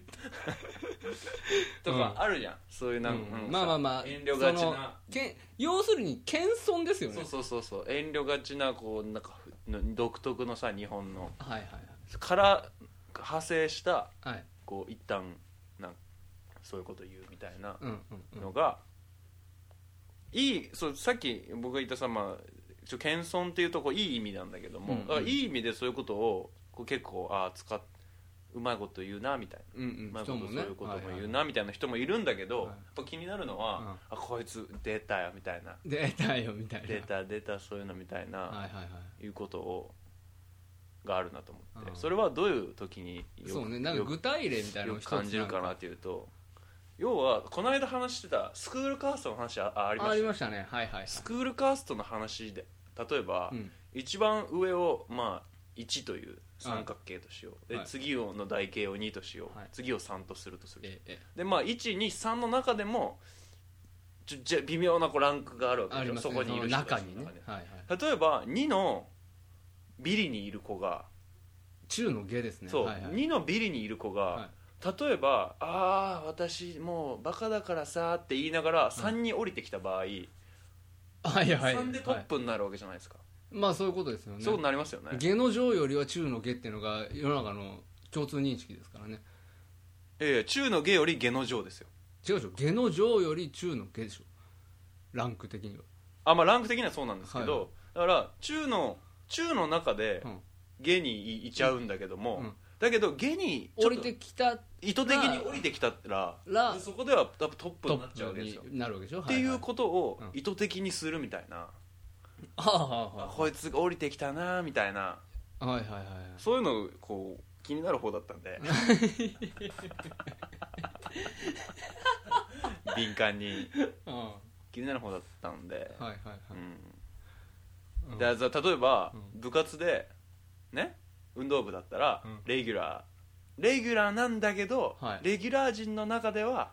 Speaker 3: た
Speaker 2: とかあるじゃん、そういうなんか、
Speaker 3: うん
Speaker 2: うん
Speaker 3: まあまあまあ
Speaker 2: 遠慮がち
Speaker 3: その
Speaker 2: な
Speaker 3: けん要するに謙遜ですよね
Speaker 2: そうそうそうそう遠慮がちなこうなんかふ独特のさ日本の
Speaker 3: はいはい
Speaker 2: から派生した
Speaker 3: はいはい
Speaker 2: こう一旦なんそういうこと言うみたいな
Speaker 3: うんうんうん
Speaker 2: のが、いいそうさっき僕が言ったさ、まあ、ちょ謙遜っていうとこういい意味なんだけども、
Speaker 3: うんうん
Speaker 2: だからいい意味でそういうことをこう結構ああ使っうまいこと言うなみたいな。
Speaker 3: うん
Speaker 2: う
Speaker 3: う
Speaker 2: ま
Speaker 3: ん
Speaker 2: いこと
Speaker 3: 人も
Speaker 2: そう
Speaker 3: ね
Speaker 2: いうことも
Speaker 3: はい
Speaker 2: 言
Speaker 3: は
Speaker 2: う
Speaker 3: い
Speaker 2: なみたいな人もいるんだけど、
Speaker 3: はい
Speaker 2: やっぱ気になるのは、
Speaker 3: うん
Speaker 2: あこいつ出たよみたいな
Speaker 3: 出たよみたいな
Speaker 2: 出た出たそういうのみたいな、
Speaker 3: はいはいはい
Speaker 2: い、うことをがあるなと思って、
Speaker 3: うん
Speaker 2: それはどういう時にく
Speaker 3: そうねなんか
Speaker 2: よく
Speaker 3: 具体例みたいな
Speaker 2: よ
Speaker 3: のが
Speaker 2: く
Speaker 3: 一つなん
Speaker 2: 感じるかなっていうと要はこの間話してたスクールカーストの話ああありまし
Speaker 3: あ
Speaker 2: た
Speaker 3: り
Speaker 2: ね
Speaker 3: ましたねはいはい
Speaker 2: スクールカーストの話で例えば、
Speaker 3: うん
Speaker 2: 一番上をまあ1という三角形としよう、
Speaker 3: は
Speaker 2: で
Speaker 3: い
Speaker 2: 次をの台形を2としよう、
Speaker 3: はい
Speaker 2: 次を3とするとする、
Speaker 3: ええ
Speaker 2: でまあ123の中でもちょじゃ微妙なこうランクがあるわけ
Speaker 3: あ
Speaker 2: でし
Speaker 3: り
Speaker 2: ょ、
Speaker 3: ます
Speaker 2: そ
Speaker 3: ね
Speaker 2: こにいる
Speaker 3: その
Speaker 2: 人
Speaker 3: 中
Speaker 2: たちの
Speaker 3: にねはいはい
Speaker 2: 例えば2のビリにいる子が
Speaker 3: 中の下ですね
Speaker 2: そう、
Speaker 3: はいはい
Speaker 2: 2のビリにいる子が、
Speaker 3: は
Speaker 2: 例えば「ああ私もうバカだからさ」って言いながら3に降りてきた場合、
Speaker 3: はいはい
Speaker 2: 3でト
Speaker 3: は
Speaker 2: ッ
Speaker 3: い
Speaker 2: プになるわけじゃないですか、
Speaker 3: まあそういうことですよね
Speaker 2: そういうことになりますよね
Speaker 3: 下の上よりは中の下っていうのが世の中の共通認識ですからね
Speaker 2: ええ中の下より下の上ですよ
Speaker 3: 違うでしょ下の上より中の下でしょランク的には
Speaker 2: あまあランク的にはそうなんですけ
Speaker 3: はいは
Speaker 2: ど、だから中の中の中で
Speaker 3: うん
Speaker 2: 下にいいちゃうんだけども、
Speaker 3: うん
Speaker 2: だけど下にちょっ
Speaker 3: 降り
Speaker 2: と
Speaker 3: てきた
Speaker 2: 意図的に降りてきたら
Speaker 3: ら
Speaker 2: そこでは多分トップ
Speaker 3: ト
Speaker 2: になっちゃう
Speaker 3: ッ
Speaker 2: わ
Speaker 3: プ
Speaker 2: けですよ
Speaker 3: になるわけでしょ
Speaker 2: っていう
Speaker 3: と
Speaker 2: ことを
Speaker 3: うん
Speaker 2: 意図的にするみたいな、
Speaker 3: はあはあは
Speaker 2: こいつが降りてきたなみたいな
Speaker 3: あはいはいはい
Speaker 2: そういうのこう気になる方だったん で敏感に
Speaker 3: うん
Speaker 2: 気になる方だったんで、
Speaker 3: はいはいは
Speaker 2: うん
Speaker 3: うん
Speaker 2: でじゃあ例えば
Speaker 3: う
Speaker 2: 部活でね運動部だったら
Speaker 3: うん
Speaker 2: レギュラーレギュラーなんだけど、
Speaker 3: はい
Speaker 2: レギュラー陣の中では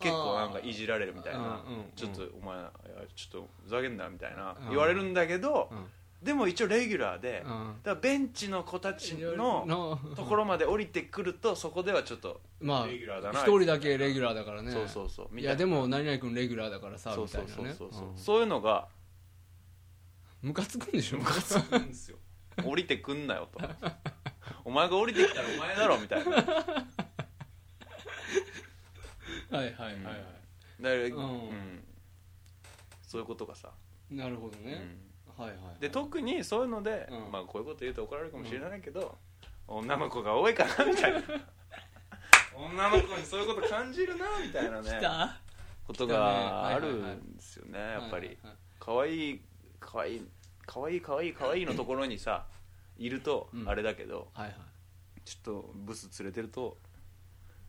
Speaker 2: 結構なんかいじられるみたいな、
Speaker 3: うんうんうん
Speaker 2: ちょっとお前いやちょっとふざけんなみたいな
Speaker 3: うん
Speaker 2: 言われるんだけど、
Speaker 3: うん
Speaker 2: でも一応レギュラーで、だ
Speaker 3: い
Speaker 2: か
Speaker 3: うん
Speaker 2: らベンチの子たちのところまで降りてくるとそこではちょっと、
Speaker 3: まあ
Speaker 2: レギュラーだな
Speaker 3: 一人だけレギュラーだからね
Speaker 2: そうそうそう
Speaker 3: いやで
Speaker 2: も
Speaker 3: も何々君レギュラーだからさ
Speaker 2: そ
Speaker 3: み
Speaker 2: うそ
Speaker 3: たいうな
Speaker 2: そう
Speaker 3: ね
Speaker 2: そうそう
Speaker 3: うん
Speaker 2: そういうのが
Speaker 3: ムカつくんでしょ
Speaker 2: 降りてくんなよ とお前が降りてきたらお前だろみたいなだか
Speaker 3: はいはいはいは
Speaker 2: ら、うん
Speaker 3: ん
Speaker 2: そういうことがさ、
Speaker 3: いなるほどね
Speaker 2: う
Speaker 3: はいはいはい
Speaker 2: んで特にそういうので、
Speaker 3: うん
Speaker 2: まあ、こういうこと言うと怒られるかもしれないけど、女の子が多いかなみたいな 女の子にそういうこと感じるなみたい な
Speaker 3: 来
Speaker 2: ね
Speaker 3: た
Speaker 2: こと
Speaker 3: 来たね
Speaker 2: が
Speaker 3: はい
Speaker 2: あ
Speaker 3: はいはい
Speaker 2: るんですよねやっぱり。
Speaker 3: はいはいはい
Speaker 2: 可愛い可愛い可愛い可愛い可愛いのところにさいると
Speaker 3: うん
Speaker 2: あれだけど、
Speaker 3: はいはい
Speaker 2: ちょっとブス連れてると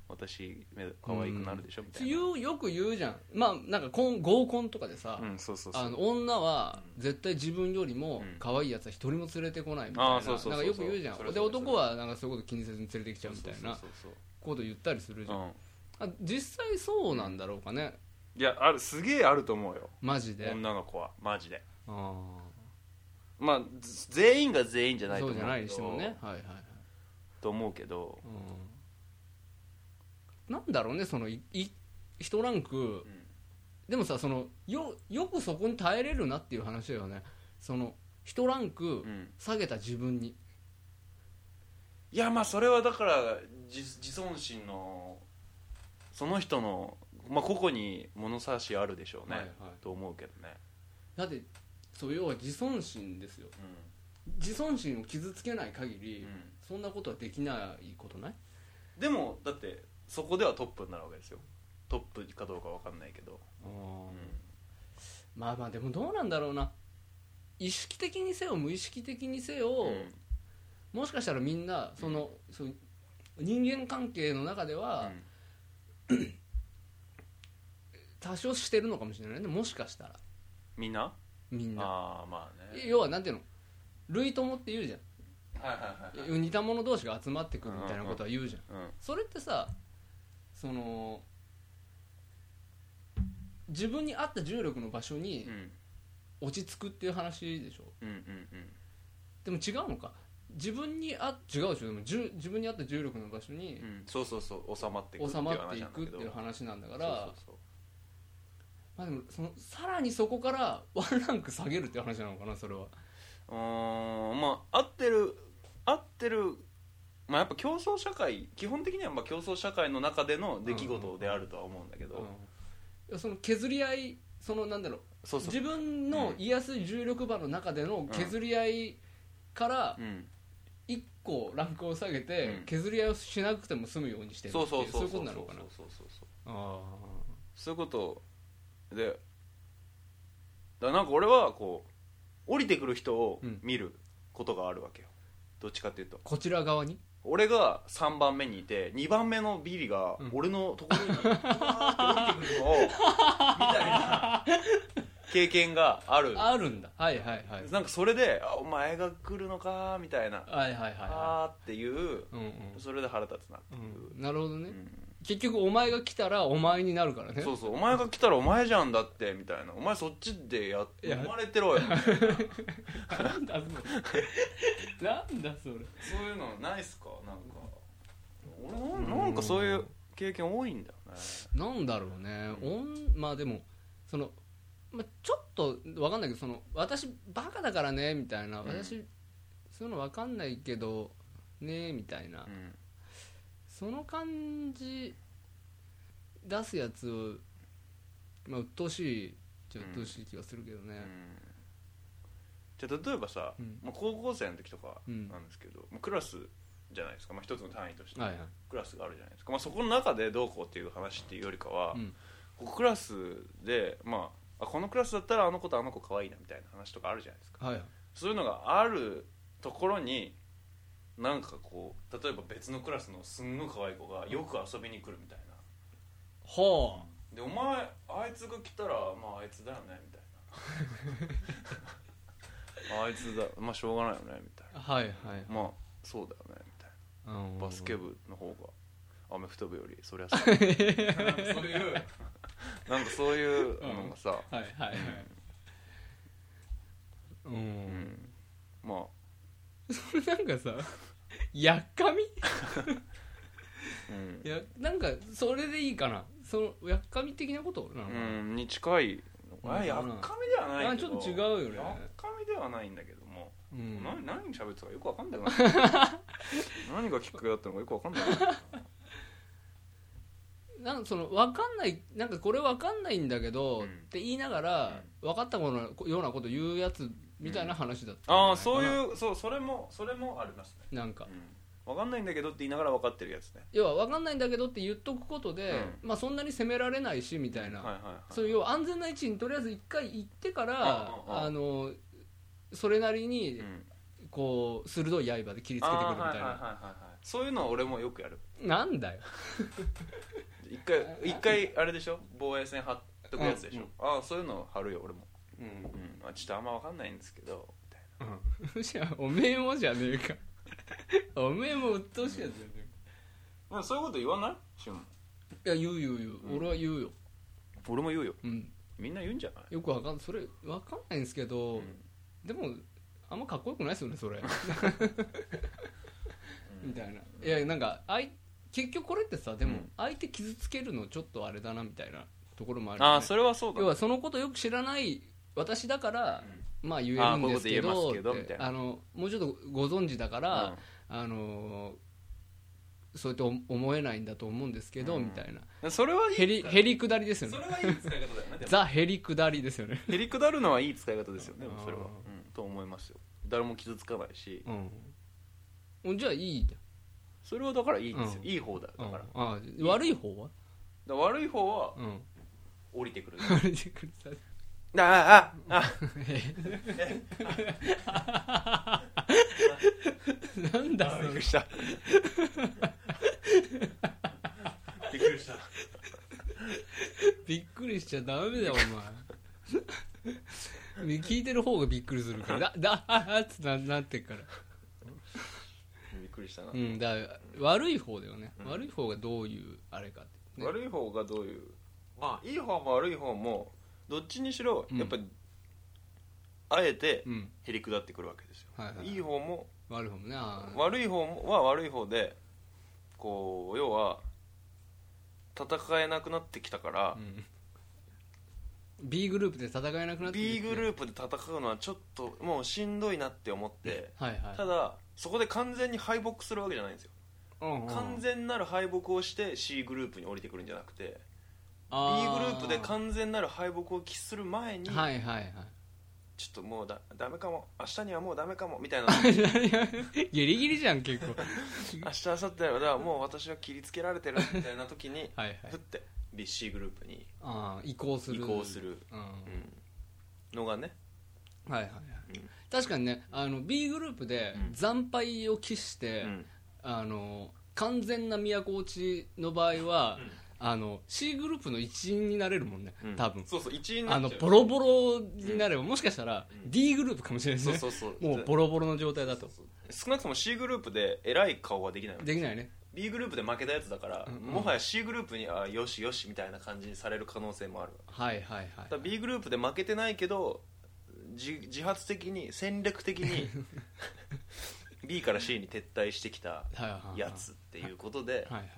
Speaker 2: 私目可愛くなるでしょみたいな
Speaker 3: 言うよく言うじゃんまあなんか婚合コンとかでさ、
Speaker 2: うんそうそうそう
Speaker 3: あの女は絶対自分よりも
Speaker 2: うん
Speaker 3: 可愛いやつは一人も連れてこないみたいな,、
Speaker 2: あーそうそうそうそう
Speaker 3: なんかよく言うじゃ
Speaker 2: それそ
Speaker 3: んで
Speaker 2: れそれ
Speaker 3: 男はなんかそういうこと気にせずに連れてきちゃうみたいな
Speaker 2: そうそうそう
Speaker 3: こと言ったりするじ
Speaker 2: そ
Speaker 3: ゃ、
Speaker 2: うんうん
Speaker 3: あ実際そうなんだろうかね
Speaker 2: いやあるすげえあると思うよ
Speaker 3: マジで
Speaker 2: 女の子はマジで
Speaker 3: あ
Speaker 2: まあず全員が全員じゃな
Speaker 3: ー
Speaker 2: いと
Speaker 3: そ
Speaker 2: 思
Speaker 3: う
Speaker 2: うけ
Speaker 3: じゃ
Speaker 2: ど
Speaker 3: ないにしてもねはいはいはい、
Speaker 2: と思うけど
Speaker 3: うん、なんだろうねそのいい一ランクでもさそのよよくそこに耐えれるなっていう話だよねその一ランク
Speaker 2: うん
Speaker 3: 下げた自分に、
Speaker 2: いやまあそれはだから自自尊心のその人の、まあ、個々に物差しあるでしょうね、
Speaker 3: はいはい
Speaker 2: と思うけどね、
Speaker 3: だってそう要は自尊心ですよ自尊心を傷つけない限り、
Speaker 2: うん
Speaker 3: そんなことはできないことない
Speaker 2: でもだってそこではトップになるわけですよトップかどうかわかんないけど、うん
Speaker 3: まあまあでもどうなんだろうな意識的にせよ無意識的にせよ、
Speaker 2: うん
Speaker 3: もしかしたらみんなその、そう人間関係の中では
Speaker 2: うん
Speaker 3: 多少してるのかもしれないねもしかしたら
Speaker 2: みんな
Speaker 3: みんな
Speaker 2: ああまあね
Speaker 3: 要はなんていうの類友って言うじゃん
Speaker 2: はいはいはい
Speaker 3: 似た者同士が集まってくるみたいなことは言うじゃん
Speaker 2: うん
Speaker 3: それってさその自分に合った重力の場所に
Speaker 2: うん
Speaker 3: 落ち着くっていう話でしょ
Speaker 2: うんうんうん
Speaker 3: でも違うのか自分にあ違うでしょでもじゅ自分に合った重力の場所に
Speaker 2: うんそうそうそう収まっていく
Speaker 3: 収まっていくっていう
Speaker 2: 話
Speaker 3: 話なんだか
Speaker 2: だ
Speaker 3: らまあでもそのさらにそこから ワンランク下げるっていう話なのかなそれは
Speaker 2: うーんまあ合ってる合ってるまあやっぱ競争社会基本的にはまあ競争社会の中での出来事であるとは思うんだけど、
Speaker 3: うんその削り合いそのなんだろう
Speaker 2: そうそう
Speaker 3: 自分の言いやすい重力場の中での削り合いから
Speaker 2: うん
Speaker 3: 1個ランクを下げて
Speaker 2: うん
Speaker 3: 削り合いをしなくても済むようにしてるって
Speaker 2: そ
Speaker 3: いう
Speaker 2: そう
Speaker 3: う
Speaker 2: そう
Speaker 3: そ
Speaker 2: そうそう
Speaker 3: ういうことな
Speaker 2: そ
Speaker 3: の
Speaker 2: う
Speaker 3: かな
Speaker 2: そう
Speaker 3: あ
Speaker 2: そういうことでだからなんか俺はこう降りてくる人を見ることがあるわけよ、どっちかっていうと
Speaker 3: ーこちら側に
Speaker 2: 俺が3番目にいて2番目のビリが
Speaker 3: うん
Speaker 2: 俺のところに、うわーって降りてくるのをみたいな経験がある
Speaker 3: あるんだはいはいはい
Speaker 2: なんかそれで「あお前が来るのか」みたいな「
Speaker 3: はいはいはいは
Speaker 2: あー」っていう
Speaker 3: いうん
Speaker 2: それで腹立つなっていうう、
Speaker 3: んなるほどね
Speaker 2: うん
Speaker 3: 結局お前が来たらお前になるからね
Speaker 2: そうそう「お前が来たらお前じゃんだって」みたいな「お前そっちでや
Speaker 3: いや
Speaker 2: 生まれてろよ」
Speaker 3: なんだそれなんだそれ
Speaker 2: そういうのないっすかなんか俺なんなんかそういう経験多いんだよね
Speaker 3: なんだろうね、おんまあでもその、まあ、ちょっと分かんないけどその私バカだからねみたいな、
Speaker 2: うん
Speaker 3: 私そういうの分かんないけどねみたい
Speaker 2: う
Speaker 3: な、
Speaker 2: ん
Speaker 3: その感じ出すやつまあ鬱陶しいじゃ
Speaker 2: うん
Speaker 3: 鬱陶しい気がするけど
Speaker 2: う
Speaker 3: ね、
Speaker 2: んじゃあ例えばさ、
Speaker 3: うん
Speaker 2: まあ、高校生の時とか
Speaker 3: うん
Speaker 2: なんですけど、まあクラスじゃないですか、まあ、一つの単位として
Speaker 3: はいはい
Speaker 2: クラスがあるじゃないですか、まあ、そこの中でどうこうっていう話っていうよりかは、
Speaker 3: うん
Speaker 2: こうクラスで、まあ、あこのクラスだったらあの子とあの子可愛いなみたいな話とかあるじゃないですか
Speaker 3: はいはい
Speaker 2: そういうのがあるところになんかこう例えば別のクラスのすんごい可愛い子がよく遊びに来るみたいな
Speaker 3: ほ
Speaker 2: でお前あいつが来たらまああいつだよねみたいな あいつだまあしょうがないよねみたいう
Speaker 3: はいはい
Speaker 2: なまあそうだよねみたい
Speaker 3: うん
Speaker 2: なバスケ部の方がアメフト部よりそりゃそうだなんかそういう なんかそういうのがさ、
Speaker 3: はいはいはいうん、
Speaker 2: うんまあ
Speaker 3: なんかさやっかみ
Speaker 2: うん
Speaker 3: いやなんかそれでいいかなそのやっかみ的なことなのかな、
Speaker 2: うんに近いの
Speaker 3: うん
Speaker 2: あやっかみではないけど
Speaker 3: あちょっと違うよね
Speaker 2: やっかみではないんだけども、
Speaker 3: うん
Speaker 2: 何何喋ってたかよくわかん なくなった何がきっかけだったのかよくわかんなくな った
Speaker 3: なんかその分かんないなんかこれ分かんないんだけど、
Speaker 2: うん
Speaker 3: って言いながら、分かったことようなこと言うやつみたいな話だった、
Speaker 2: ああそう
Speaker 3: う
Speaker 2: いうそうそれもそれもありますね、
Speaker 3: なんか
Speaker 2: うん、分かんないんだけどって言いながら分かってるやつね
Speaker 3: 要は分かんないんだけどって言っとくことで、まあ、そんなに責められないしみたいな、
Speaker 2: はいはいはい
Speaker 3: そういう要は安全な位置にとりあえず一回行ってか
Speaker 2: う
Speaker 3: ら
Speaker 2: んうんうん
Speaker 3: あのそれなりに
Speaker 2: うん
Speaker 3: こう鋭い刃で切りつけてくるみたいな、
Speaker 2: そういうのは俺もよくやる
Speaker 3: なんだよ
Speaker 2: 一 回一回あれでしょ防衛線張っとくやつでしょ、ああそういうの貼るよ俺も、
Speaker 1: うん
Speaker 2: うんまあ、ちょっとあんま分かんないんですけどみたい
Speaker 3: じゃあおめえもじゃねえか おめえも鬱陶しいやつじゃね
Speaker 2: なでもそういうこと言わないしゅん
Speaker 3: えかいや言う言う言う、俺は言うよ、
Speaker 2: 俺も言うよ
Speaker 3: うん、
Speaker 2: みんな言うんじゃない
Speaker 3: よくわかんそれわかんないんですけど、
Speaker 2: ん
Speaker 3: でもあんまかっこよくないですよね それみたいないやなんかあい結局これってさでも
Speaker 2: うん
Speaker 3: 相手傷つけるのちょっとあれだなみたいなところもあるよね
Speaker 2: ああそれはそうだ
Speaker 3: 要はそのことよく知らない私だから、まあ言えるんですけ
Speaker 2: あーこういうこと言え
Speaker 3: ど
Speaker 2: ますけど
Speaker 3: って
Speaker 2: みたいな
Speaker 3: あのもうちょっとご存知だから、あのーそうやって思思えないんだと思うんですけど、
Speaker 2: うん
Speaker 3: みたいな
Speaker 2: うんそれはいい
Speaker 3: へりへりくだりですよ
Speaker 2: そ
Speaker 3: ね
Speaker 2: れはいい使い方だよねでも
Speaker 3: ザ・へりくだりですよね、
Speaker 2: へりくだるのはいい使い方ですよね
Speaker 3: うん
Speaker 2: それは、うん、と思いますよ誰も傷つかないし
Speaker 3: うん、じゃあいいじ
Speaker 2: それはだからいいですよ、
Speaker 3: うん
Speaker 2: いい方だよ
Speaker 3: ゃ
Speaker 2: だ
Speaker 3: ん
Speaker 2: から,、
Speaker 3: うんあ悪い方は、
Speaker 2: だから悪い方は
Speaker 3: うん、
Speaker 2: 降りてくる
Speaker 3: あれでくるさ
Speaker 2: ああああ
Speaker 3: なんだそ
Speaker 2: びっく
Speaker 3: れ
Speaker 2: り した
Speaker 1: びっくりした
Speaker 3: びっくりしちゃダメだよお前聞いてる方がびっくりするからだだ ああってななってっから
Speaker 2: びっくりしたな、
Speaker 3: うんだから悪い方だよね、悪い方がどういうあれかって、ね、
Speaker 2: 悪い方がどういうまあいい方も悪い方もどっちにしろ
Speaker 3: うん
Speaker 2: やっぱり、あえて
Speaker 3: うん
Speaker 2: へりくだってくるわけですよ、
Speaker 3: はいはい
Speaker 2: いい方も
Speaker 3: 悪い方もねあー
Speaker 2: 悪い方は悪い方でこう要は戦えなくなってきたから
Speaker 3: う、ん B グループで戦えなくなってる
Speaker 2: B グループで戦うのはちょっともうしんどいなって思って
Speaker 3: はいはい
Speaker 2: ただそこで完全に敗北するわけじゃないんですよ
Speaker 3: うんうん
Speaker 2: 完全なる敗北をして C グループに降りてくるんじゃなくて B グル
Speaker 3: あ
Speaker 2: ープで完全なる敗北を喫する前に、
Speaker 3: はいはいはい
Speaker 2: ちょっともうだダメかも明日にはもうダメかもみたいな
Speaker 3: ギリギリじゃん結構
Speaker 2: 明日明後日はもう私は切りつけられてるみたいな時に
Speaker 3: はいはい
Speaker 2: ふって BC グループに
Speaker 3: あー移行する
Speaker 2: 移行する、
Speaker 3: うん
Speaker 2: うんのがね
Speaker 3: はいはいはい
Speaker 2: うん
Speaker 3: 確かにねあの B グループで
Speaker 2: うん
Speaker 3: 惨敗を喫して、
Speaker 2: うん
Speaker 3: あの完全な都落ちの場合は、あの C グループの一員になれるもんね
Speaker 2: うん
Speaker 3: 多分、
Speaker 2: そうそう一員にな
Speaker 3: あ
Speaker 2: っちゃ
Speaker 3: の
Speaker 2: う
Speaker 3: ボロボロになれば、もしかしたら
Speaker 2: うん
Speaker 3: D グループかもしれないです
Speaker 2: そう
Speaker 3: ね
Speaker 2: そうそう
Speaker 3: もうボロボロの状態だ
Speaker 2: そ
Speaker 3: と
Speaker 2: うそう少なくとも C グループで偉い顔はできないわけ
Speaker 3: できないね
Speaker 2: B グループで負けたやつだから、
Speaker 3: うんうん
Speaker 2: もはや C グループにあよしよしみたいな感じにされる可能性もある
Speaker 3: はいはいはい
Speaker 2: だから B グループで負けてないけど自自発的に戦略的 に B から C に撤退してきた
Speaker 3: はいはいはい
Speaker 2: やつっていうことで、
Speaker 3: はいはい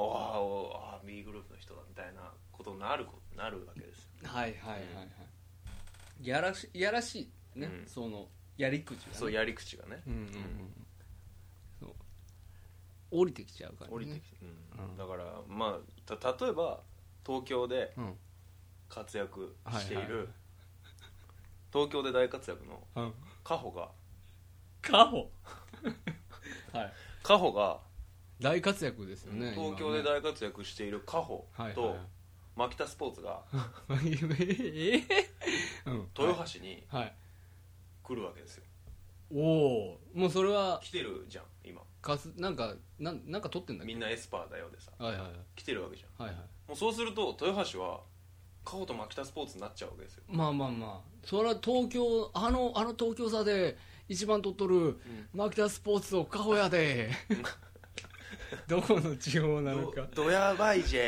Speaker 2: ああおあ B グループの人だみたいなことになるこなるわけですよ
Speaker 3: はいはいはいはいやらしいやらしいね、
Speaker 2: うん
Speaker 3: そのやり口がね
Speaker 2: そうやり口がね
Speaker 3: うんうんうんそう降りてきちゃうからね
Speaker 2: 降りてきて、うん
Speaker 3: うん
Speaker 2: だからまあた例えば東京で
Speaker 3: うん
Speaker 2: 活躍している、
Speaker 3: はいはい
Speaker 2: 東京で大活躍の
Speaker 3: うん
Speaker 2: カホが
Speaker 3: カホ はい
Speaker 2: カホが
Speaker 3: 大活躍ですよね
Speaker 2: 東京で大活躍しているカホ
Speaker 3: はいはい
Speaker 2: と
Speaker 3: はい
Speaker 2: マキタスポーツが
Speaker 3: 今ねええうん
Speaker 2: 豊橋に
Speaker 3: はい
Speaker 2: 来るわけですよ
Speaker 3: おおもうそれは
Speaker 2: 来てるじゃん今
Speaker 3: かすなんかなんなんか撮ってんだっ
Speaker 2: み
Speaker 3: け
Speaker 2: んなエスパーだよでさ
Speaker 3: はいはいはい
Speaker 2: 来てるわけじゃん
Speaker 3: はいはい
Speaker 2: もうそうすると豊橋はカホとマキタスポーツになっちゃうわけですよ
Speaker 3: まあまあまあそれは東京あのあの東京座で一番取っとるマキタスポーツをカホ やでどこの地方なのか
Speaker 2: どどやばいじゃ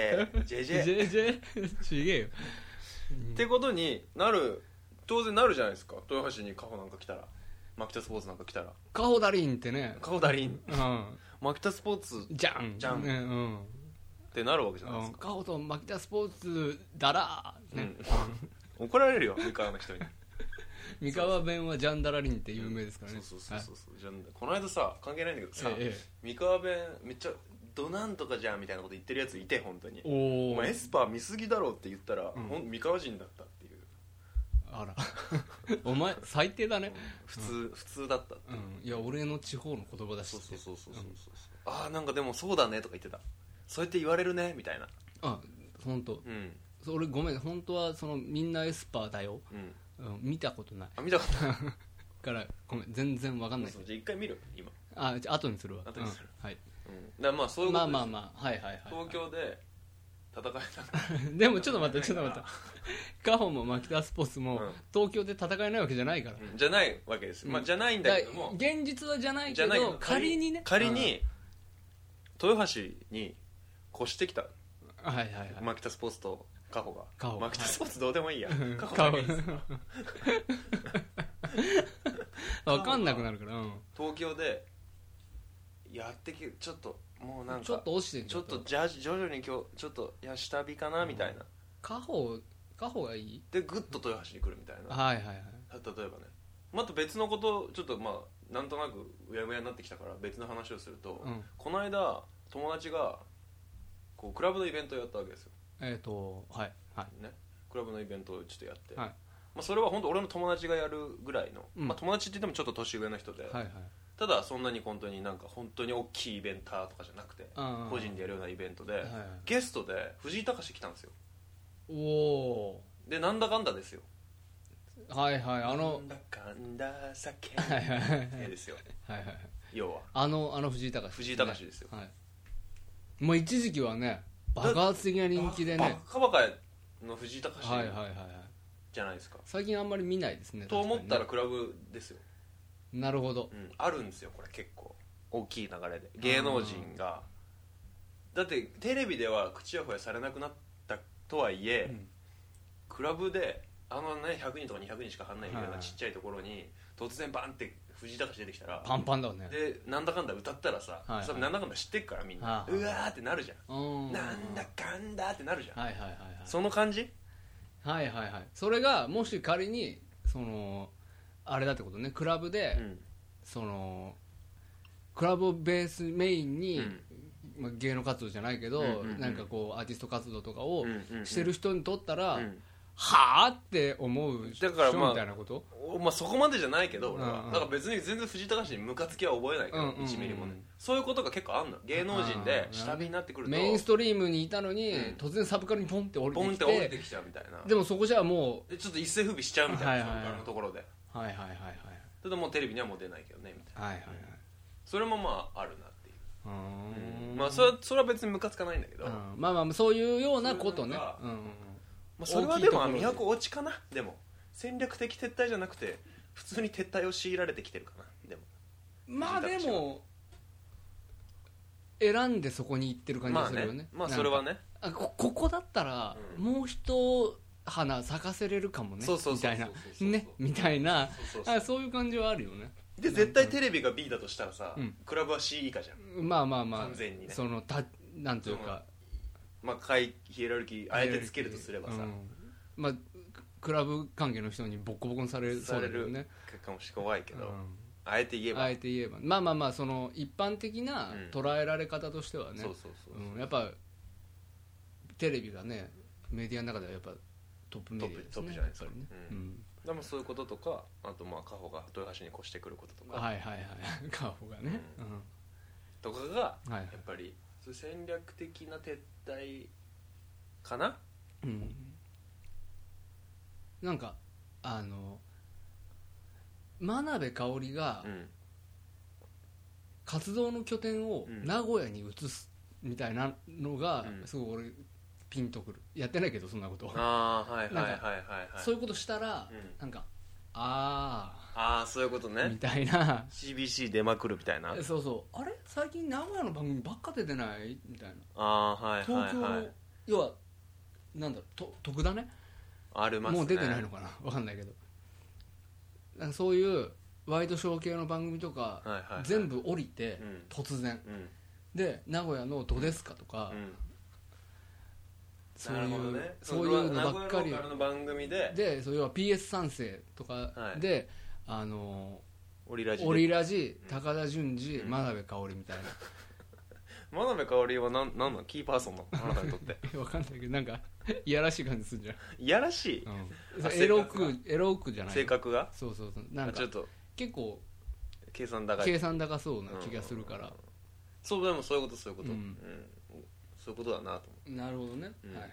Speaker 2: じゃ
Speaker 3: ジ
Speaker 2: じゃっ
Speaker 3: ェジェ ちげえよ
Speaker 2: てことになる当然なるじゃないですか豊橋にカホなんか来たらマキタスポーツなんか来たら
Speaker 3: カホダリンってね
Speaker 2: カホダリン
Speaker 3: うん
Speaker 2: マキタスポーツ
Speaker 3: じゃん
Speaker 2: じゃん
Speaker 3: ねうん
Speaker 2: ってなるわけじゃないで
Speaker 3: う
Speaker 2: す
Speaker 3: ん
Speaker 2: か、
Speaker 3: カホとマキタスポーツだらーね
Speaker 2: うん、怒られるよ三河の人に
Speaker 3: 三河弁はジャンダラリン って有名ですからね
Speaker 2: そうそうそうそう、じゃあこの間さ関係ないんだけどさ、
Speaker 3: はいえ
Speaker 2: 三河弁めっちゃどなんとかじゃんみたいなこと言ってるやついて本当に
Speaker 3: えお
Speaker 2: お
Speaker 3: お
Speaker 2: 前エスパー見すぎだろって言ったら、
Speaker 3: うん
Speaker 2: ほん、三河人だったっていう
Speaker 3: あら お前最低だね
Speaker 2: 普通、普通だったっていう、
Speaker 3: うんいや俺の地方の言葉だし
Speaker 2: そうそうそううそうそうそうああなんかでもそうだねとか言ってたそうやって言われるねみたいな
Speaker 3: あ本当
Speaker 2: うん
Speaker 3: そ俺ごめん本当はそのみんなエスパーだよ、
Speaker 2: うん
Speaker 3: うん、見たことない
Speaker 2: あ見たことない
Speaker 3: からごめん全然わかんない
Speaker 2: そうじゃあ一回見る今、
Speaker 3: あじゃあ後にするわ
Speaker 2: 後にする
Speaker 3: うんはい
Speaker 2: うん、だからまあそういうこと
Speaker 3: まあ
Speaker 2: です
Speaker 3: まあまあはいはいはい
Speaker 2: 東京で戦えたか
Speaker 3: でもちょっと待ってちょっと 待ってカホもマキタスポーツも、
Speaker 2: うん
Speaker 3: 東京で戦えないわけじゃないから、
Speaker 2: ら、うんじゃないわけです、まあ、じゃないんだけども
Speaker 3: 現実はじゃない
Speaker 2: じ
Speaker 3: け
Speaker 2: ゃ
Speaker 3: ど
Speaker 2: ないけど
Speaker 3: 仮にね
Speaker 2: 仮に豊橋に越してきた
Speaker 3: うんはいはいはい、
Speaker 2: マキタスポーツとカホが
Speaker 3: カホ
Speaker 2: マキタスポーツどうでもいいやカホだ
Speaker 3: カホ
Speaker 2: けいいですか
Speaker 3: わかんなくなるから、うん
Speaker 2: 東京でやってきちょっともうなんか
Speaker 3: ちょっと落ちてん
Speaker 2: ちょっとじゃ徐々に今日ちょっといや下火かなみたいな、
Speaker 3: カホカホがいい
Speaker 2: でグッと豊橋に来るみたいな
Speaker 3: はいはいはい
Speaker 2: 例えばねまた別のことちょっとまあなんとなくうやむやになってきたから別の話をすると、
Speaker 3: うん
Speaker 2: この間友達がこうクラブのイベントをやったわけですよ、
Speaker 3: えっ、とはいはい
Speaker 2: ね、クラブのイベントをちょっとやって、
Speaker 3: はい
Speaker 2: まあ、それは本当俺の友達がやるぐらいの、
Speaker 3: うん
Speaker 2: まあ、友達って言ってもちょっと年上の人で、
Speaker 3: はいはい
Speaker 2: ただそんなに本当になんか本当に大きいイベンターとかじゃなくて
Speaker 3: うん
Speaker 2: 個人でやるようなイベントで、
Speaker 3: はいはい
Speaker 2: ゲストで藤井隆来たんですよ
Speaker 3: おお
Speaker 2: でなんだかんだですよ
Speaker 3: ーはいはいあの
Speaker 2: なんだかんだ酒
Speaker 3: はいはいはいはい
Speaker 2: ですよ
Speaker 3: はいはい
Speaker 2: 要は
Speaker 3: あのあの藤井隆
Speaker 2: 藤井隆ですよ
Speaker 3: はいもう一時期はね爆発的な人気でね
Speaker 2: バッカバカの藤井隆
Speaker 3: はいはいはいはい
Speaker 2: じゃないですか、
Speaker 3: 最近あんまり見ないですね
Speaker 2: と思ったら
Speaker 3: 確か
Speaker 2: クラブですよ、
Speaker 3: にねなるほど
Speaker 2: うん、あるんですよこれ結構大きい流れで芸能人がだってテレビでは口やほやされなくなったとはいえ、
Speaker 3: うん
Speaker 2: クラブであのね100人とか200人しか入んないよ
Speaker 3: は
Speaker 2: う
Speaker 3: いは
Speaker 2: ないちっちゃいところに突然バンって藤井隆出てきたら
Speaker 3: パンパンだわね
Speaker 2: でなんだかんだ歌ったらさ、
Speaker 3: はいはい
Speaker 2: それなんだかんだ知ってっからみんな、
Speaker 3: はいはいう
Speaker 2: わーってなるじゃん、
Speaker 3: うん
Speaker 2: なんだかんだってなるじゃん、
Speaker 3: はいはいはいはい
Speaker 2: その感じ
Speaker 3: はいはいはいそれがもし仮にそのあれだってことねクラブで、
Speaker 2: うん
Speaker 3: そのクラブをベースメインに、
Speaker 2: うん
Speaker 3: まあ、芸能活動じゃないけど、
Speaker 2: うんうんうん
Speaker 3: なんかこうアーティスト活動とかを
Speaker 2: うんうんうん
Speaker 3: してる人にとったら、
Speaker 2: うん
Speaker 3: はあって思う人
Speaker 2: だからまあ
Speaker 3: みたいなこと
Speaker 2: おまあ、そこまでじゃないけど俺は、
Speaker 3: うんうん
Speaker 2: だから別に全然藤井隆にムカつきは覚えないけど、
Speaker 3: うんうんうん
Speaker 2: 1ミリもねそういうことが結構あんの芸能人で
Speaker 3: うん
Speaker 2: 下火になってくると
Speaker 3: メインストリームにいたのに、
Speaker 2: うん
Speaker 3: 突然サブカルにポンって降り
Speaker 2: ポンっ
Speaker 3: てき
Speaker 2: て
Speaker 3: て
Speaker 2: 降りてきちゃうみたいな
Speaker 3: でもそこじゃも
Speaker 2: でちょっと一世風靡しちゃうみたいな、
Speaker 3: はいはいはい
Speaker 2: そのところで
Speaker 3: うはいはいはいはい
Speaker 2: ただもうテレビにはもう出ないけどねみたいな
Speaker 3: はいはいはい
Speaker 2: それもまああるなっていう
Speaker 3: うーん
Speaker 2: まあそれはそれは別にムカつかないんだけど、
Speaker 3: うん
Speaker 2: ま
Speaker 3: まあまあそういうようなこと
Speaker 2: そ
Speaker 3: ね
Speaker 2: ういうのが
Speaker 3: うんうんうん
Speaker 2: あ、それはでも
Speaker 3: 大きいところで
Speaker 2: 都落ちかなでも戦略的撤退じゃなくて普通に撤退を強いられてきてるかなでも
Speaker 3: まあでも選んでそこに行ってる感じ
Speaker 2: ま
Speaker 3: が
Speaker 2: あ
Speaker 3: するよね,、
Speaker 2: ねまあそれはね
Speaker 3: あこここだったら、
Speaker 2: うん
Speaker 3: もう一花咲かせれるかもね
Speaker 2: そうそう
Speaker 3: み
Speaker 2: そうそ
Speaker 3: た
Speaker 2: う
Speaker 3: い
Speaker 2: そう
Speaker 3: な
Speaker 2: そう
Speaker 3: ねみたいな
Speaker 2: そうそうそう
Speaker 3: あそういう感じはあるよね
Speaker 2: で絶対テレビが B だとしたらさ、
Speaker 3: うん
Speaker 2: クラブは C 以下じゃん、
Speaker 3: まあまあまあ
Speaker 2: 完全にね
Speaker 3: そのたなんというか
Speaker 2: まあ、会ヒエラルキーあえてつけるとすればさ、
Speaker 3: うんまあクラブ関係の人にボッコボコにされ
Speaker 2: さ
Speaker 3: そうだ
Speaker 2: れ
Speaker 3: けど
Speaker 2: る
Speaker 3: ね
Speaker 2: かもしれ怖いけど、
Speaker 3: う
Speaker 2: あえて言え
Speaker 3: ん
Speaker 2: ば、
Speaker 3: あえて言えばまあまあまあその一般的な
Speaker 2: うん
Speaker 3: 捉えられ方としてはね
Speaker 2: そうそうそう、
Speaker 3: うんやっぱテレビがねメディアの中ではやっぱトップメディアですね
Speaker 2: トップトップじゃないですか
Speaker 3: やっぱりね
Speaker 2: う
Speaker 3: うん
Speaker 2: でもそういうこととかあとまあカホが豊橋に越してくることとか、
Speaker 3: はいはい はい顔がね
Speaker 2: う
Speaker 3: うん
Speaker 2: とかが
Speaker 3: はいはい
Speaker 2: やっぱりそういう戦略的な撤退かな
Speaker 3: うんなんかあの真鍋かおりが
Speaker 2: ん
Speaker 3: 活動の拠点を
Speaker 2: うん
Speaker 3: 名古屋に移すみたいなのが
Speaker 2: うん
Speaker 3: すごい俺ピンとくるやってないけどそんなこと
Speaker 2: ああはいはい
Speaker 3: な
Speaker 2: は
Speaker 3: ん
Speaker 2: い
Speaker 3: か
Speaker 2: はいはい
Speaker 3: そういうことしたら
Speaker 2: うん
Speaker 3: なんかあ
Speaker 2: ああそういうこと
Speaker 3: あみ
Speaker 2: ね
Speaker 3: たいな
Speaker 2: CBC 出まくるみたいな
Speaker 3: そうそうあれ最近名古屋の番組ばっか出てないみたいな
Speaker 2: ああはいは
Speaker 3: 東
Speaker 2: い
Speaker 3: 京
Speaker 2: は
Speaker 3: の
Speaker 2: い
Speaker 3: 要はなんだろうと徳田ね
Speaker 2: ありますね
Speaker 3: もう出てないの かな分かんないけどなんかそういうワイドショー系の番組とか、
Speaker 2: はいはいはい
Speaker 3: 全部降りて、
Speaker 2: うん
Speaker 3: 突然
Speaker 2: うん
Speaker 3: で名古屋の「どですか」とか、
Speaker 2: うん
Speaker 3: そう
Speaker 2: なる
Speaker 3: い
Speaker 2: ほど
Speaker 3: う、
Speaker 2: ね
Speaker 3: そういうのばっか
Speaker 2: 名古
Speaker 3: り
Speaker 2: 屋ローカルの番組で
Speaker 3: でそう要は PS 三世とかで、あの
Speaker 2: オリラジ
Speaker 3: オリ
Speaker 2: で
Speaker 3: ラジ高田純次、真鍋かおりみたいな
Speaker 2: 真鍋かおりはなんなんなんキーパーソンなのあなたにとって
Speaker 3: 分かんないけどなんかいやらしい感じ するんじゃ
Speaker 2: いやらしい
Speaker 3: ない、
Speaker 2: あ
Speaker 3: エロ
Speaker 2: 性
Speaker 3: くエロくじゃない
Speaker 2: 性格が
Speaker 3: そうそうそうなん
Speaker 2: あ
Speaker 3: か
Speaker 2: ちょっと
Speaker 3: 結構
Speaker 2: 計算高
Speaker 3: 計
Speaker 2: い
Speaker 3: 算高そうな気がするから、
Speaker 2: そうでもそういうことそういうこと
Speaker 3: う
Speaker 2: うんんそういうことだなと思
Speaker 3: なるほどね、
Speaker 2: うん
Speaker 3: はいはい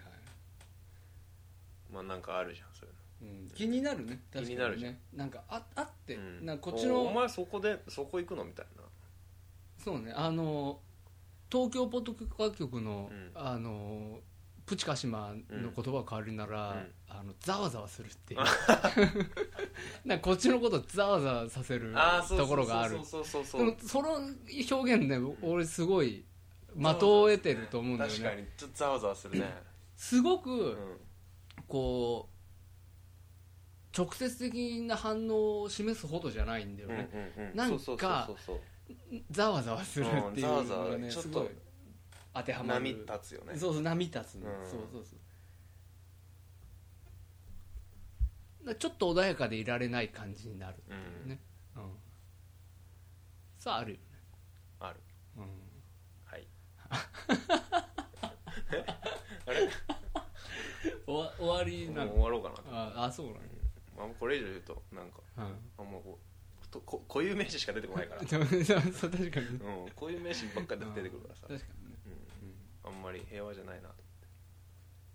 Speaker 2: まあなんかあるじゃんそういう
Speaker 3: うん気になるね確かにね
Speaker 2: 気になるじゃん
Speaker 3: なんかああって、
Speaker 2: うん
Speaker 3: なんかこっち
Speaker 2: おお
Speaker 3: の
Speaker 2: 前そこでそこ行くのみたいな
Speaker 3: そうねあの東京ポッド許可局の,、
Speaker 2: うん
Speaker 3: あのプチカシマの言葉を変わるなら、
Speaker 2: うん
Speaker 3: あのざわざわするっていう なんかこっちのことをざわざわさせる
Speaker 2: あーそうそう
Speaker 3: ところがある
Speaker 2: そうそうそう
Speaker 3: で
Speaker 2: そう
Speaker 3: もその表現ね俺すごい的を得てると思うんだよ
Speaker 2: 確
Speaker 3: ね
Speaker 2: かにちょっとざわざわするね
Speaker 3: すご
Speaker 2: う
Speaker 3: く
Speaker 2: ん
Speaker 3: こう直接的な反応を示すほどじゃないんだよ
Speaker 2: うん
Speaker 3: ね
Speaker 2: うんうん
Speaker 3: なんか
Speaker 2: そうそうそうそう
Speaker 3: ざわざわするっていう
Speaker 2: うんざ
Speaker 3: の
Speaker 2: わざ
Speaker 3: が
Speaker 2: わ
Speaker 3: ね
Speaker 2: ちょっ
Speaker 3: す
Speaker 2: と
Speaker 3: ごい当てはまる
Speaker 2: 波立つよね
Speaker 3: そうそう波立つの、
Speaker 2: うん
Speaker 3: そうそうそうだちょっと穏やかでいられない感じになる、
Speaker 2: うん
Speaker 3: ねうん、さああるよ
Speaker 2: ある
Speaker 3: ね、
Speaker 2: はい あれ
Speaker 3: うん、おわ終わりな
Speaker 2: もう
Speaker 3: の
Speaker 2: 終わろうかなと
Speaker 3: ああそうなの、
Speaker 2: まあこれ以上言うとなんか
Speaker 3: うん
Speaker 2: あんまこうとこ固有名詞しか出てこないから、
Speaker 3: そうそう確かにね
Speaker 2: うん、固有名詞ばっかり出てくるからさ、
Speaker 3: 確かにね
Speaker 2: うん、あんまり平和じゃないなと、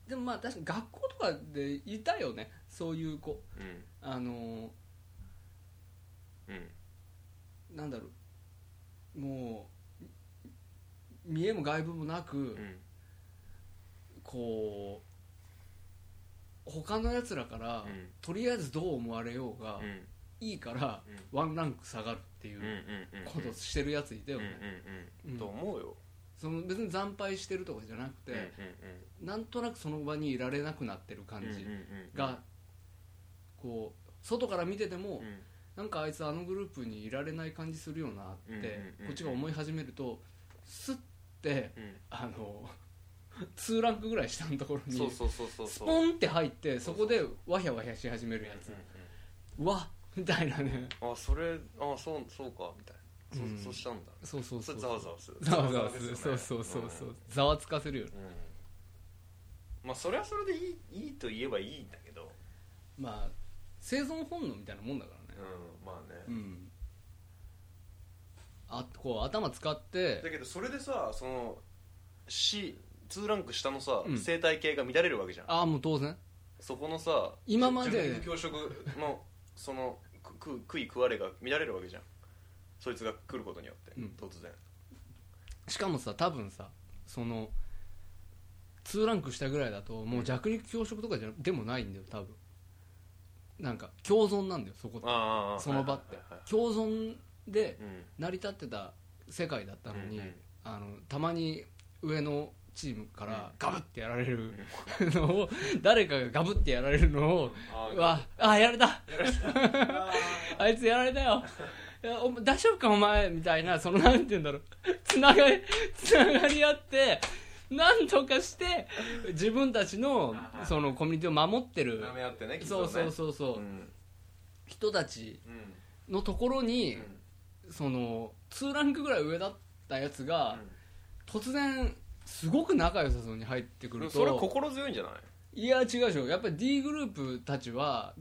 Speaker 3: でもまあ確かに学校とかでいたよねそういう子
Speaker 2: う
Speaker 3: あの
Speaker 2: んうん、
Speaker 3: ーなんだろうもう見えも外部もなく、
Speaker 2: うん
Speaker 3: こう他のやつらから、
Speaker 2: うん
Speaker 3: とりあえずどう思われようが、
Speaker 2: うん
Speaker 3: いいから、
Speaker 2: う
Speaker 3: ワンランク下がるってい
Speaker 2: うんうん
Speaker 3: う
Speaker 2: うんうん
Speaker 3: ことしてるやついたよね、
Speaker 2: うんうんうんと思うよ、
Speaker 3: その別に惨敗してるとかじゃなく
Speaker 2: うんうん
Speaker 3: て、なんとなくその場にいられなくなってる感
Speaker 2: うんうん
Speaker 3: じ
Speaker 2: うん
Speaker 3: が、こう外から見てても、
Speaker 2: うん
Speaker 3: なんかあいつあのグループにいられない感じするよなって、
Speaker 2: うんうんうん
Speaker 3: こっちが思い始めるとスッて
Speaker 2: うん
Speaker 3: あの2ランクぐらい下のところに
Speaker 2: そうそうそうそう
Speaker 3: ス
Speaker 2: そう
Speaker 3: ポンって入って
Speaker 2: そ
Speaker 3: そう
Speaker 2: そ
Speaker 3: こ
Speaker 2: う
Speaker 3: でわひゃわひゃし始めるやつうわみたいなね
Speaker 2: うんうんあそれあそうそうかみたいな、
Speaker 3: うん
Speaker 2: そそうしたんだ
Speaker 3: そうそう
Speaker 2: そ
Speaker 3: そう
Speaker 2: れざわざわする
Speaker 3: ざわざわす
Speaker 2: ですよね
Speaker 3: るそうそうそうそうざわつかせるよね
Speaker 2: うん、うんまあそれはそれでいいいいと言えばいいんだけど
Speaker 3: まあ生存本能みたいなもんだから
Speaker 2: う
Speaker 3: ね
Speaker 2: んまあね、
Speaker 3: うんあこう頭使って
Speaker 2: だけどそれでさその C2 ランク下のさ、
Speaker 3: うん
Speaker 2: 生態系が乱れるわけじゃん
Speaker 3: ああもう当然
Speaker 2: そこのさ
Speaker 3: 今ま
Speaker 2: 自
Speaker 3: で
Speaker 2: 分の教食のそのく く食い食われが乱れるわけじゃんそいつが来ることによって、
Speaker 3: うん
Speaker 2: 突然
Speaker 3: しかもさ多分さその2ランク下ぐらいだともう弱肉強食とかじゃでもないんだよ多分なんか共存なんだよそこって
Speaker 2: あ
Speaker 3: その場って
Speaker 2: はいはいはい
Speaker 3: 共存で
Speaker 2: はい
Speaker 3: 成り立ってた世界だったのに、
Speaker 2: うんうん
Speaker 3: あのたまに上のチームか
Speaker 2: う
Speaker 3: ら
Speaker 2: ん
Speaker 3: ガブってやられるのを誰かがガブってやられるのを
Speaker 2: うん
Speaker 3: うわあやられたあいつやられたよいやお前大丈夫かお前みたいなそのなんて言うんだろうつながりつながり合ってなんとかして自分たちのそのコミュニティを守ってる
Speaker 2: 舐め合ってねきっと
Speaker 3: そう
Speaker 2: ね
Speaker 3: そうそうそう、
Speaker 2: ん
Speaker 3: 人たち
Speaker 2: うん
Speaker 3: のところに、
Speaker 2: うん
Speaker 3: その2ランクぐらい上だったやつが、突然すごく仲良さそうに入ってく
Speaker 2: で
Speaker 3: る
Speaker 2: もそれは
Speaker 3: と
Speaker 2: 心強いんじゃない
Speaker 3: いや違うでしょやっぱり D グループたちは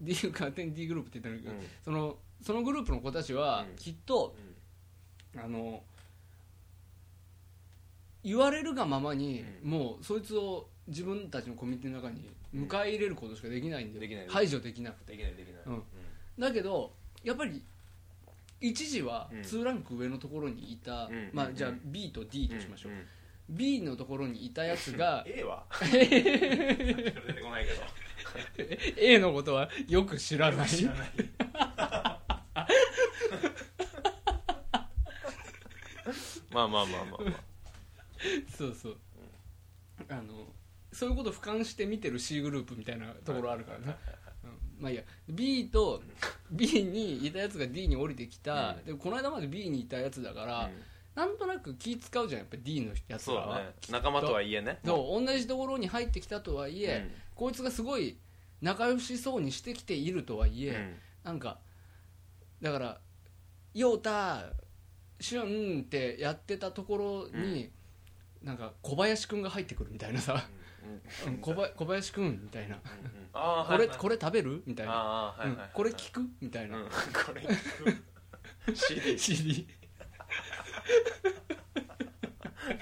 Speaker 3: D 勝手に D グループって言ってるけど、
Speaker 2: うん
Speaker 3: そのそのグループの子たちは
Speaker 2: うん
Speaker 3: きっと、あの言われるがままに、
Speaker 2: うん
Speaker 3: もうそいつを自分たちのコミュニティの中に迎え入れることしかできないんで,、
Speaker 2: できない
Speaker 3: 排除できなくて
Speaker 2: できないできない
Speaker 3: うんだけどやっぱり一時は
Speaker 2: うん
Speaker 3: 2ランク上のところにいた、
Speaker 2: うん
Speaker 3: ま
Speaker 2: う
Speaker 3: あ、
Speaker 2: ん
Speaker 3: じゃあ B と D としましょう、
Speaker 2: んん
Speaker 3: B のところにいたやつが
Speaker 2: A は 出てこないけど
Speaker 3: A のことはよく知らない
Speaker 2: 知らないまあまあまあまあまあ
Speaker 3: そうそうあのそういうことを俯瞰して見てる C グループみたいなところあるからね、うんまあいいや B と B にいたやつが D に降りてきた、
Speaker 2: うん
Speaker 3: でこの間まで B にいたやつだから、
Speaker 2: うん
Speaker 3: なんとなく気使うじゃんやっぱ D のやつ
Speaker 2: そう
Speaker 3: ら
Speaker 2: だ
Speaker 3: は、
Speaker 2: ね仲間とはいえね
Speaker 3: そう同じところに入ってきたとはいえ、
Speaker 2: うん
Speaker 3: こいつがすごい仲良しそうにしてきているとはいえ、
Speaker 2: うん
Speaker 3: なんかだから「ヨータシュン」ってやってたところに、なんか小林くんが入ってくるみたいなさ「うん小林小林くん」みたいな「
Speaker 2: あ
Speaker 3: これこれ食べる?」みたいな
Speaker 2: ああは
Speaker 3: 「
Speaker 2: いはい
Speaker 3: うん
Speaker 2: はい
Speaker 3: これ聞く?」みたいな、
Speaker 2: うんこれ聞く CD
Speaker 3: CD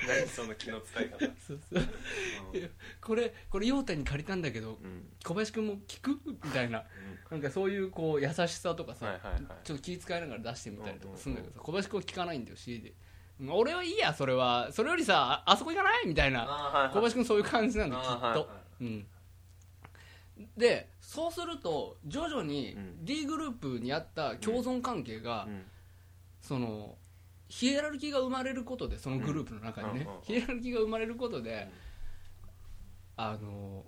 Speaker 1: 何その気の使い方
Speaker 3: そうそういやこれこれ陽太に借りたんだけど
Speaker 2: うん
Speaker 3: 小林君も聞くみたいななんかそういうこう優しさとかさ、
Speaker 2: はいはいはい
Speaker 3: ちょっと気遣いながら出してみたりとかするんだけどさ小林君は聞かないんだよ CD うん俺はいいやそれはそれよりさああそこ行かないみたいな
Speaker 2: あー
Speaker 3: 小
Speaker 2: はいはい
Speaker 3: 林君そういう感じなんだよきっと、
Speaker 2: あーはいは
Speaker 3: うんでそうすると徐々に
Speaker 2: うん
Speaker 3: D グループにあった共存関係が、
Speaker 2: うん
Speaker 3: そのヒエラルキーが生まれることでそのグループの中にね、
Speaker 2: うんうんうん
Speaker 3: ヒエラルキーが生まれることで、あの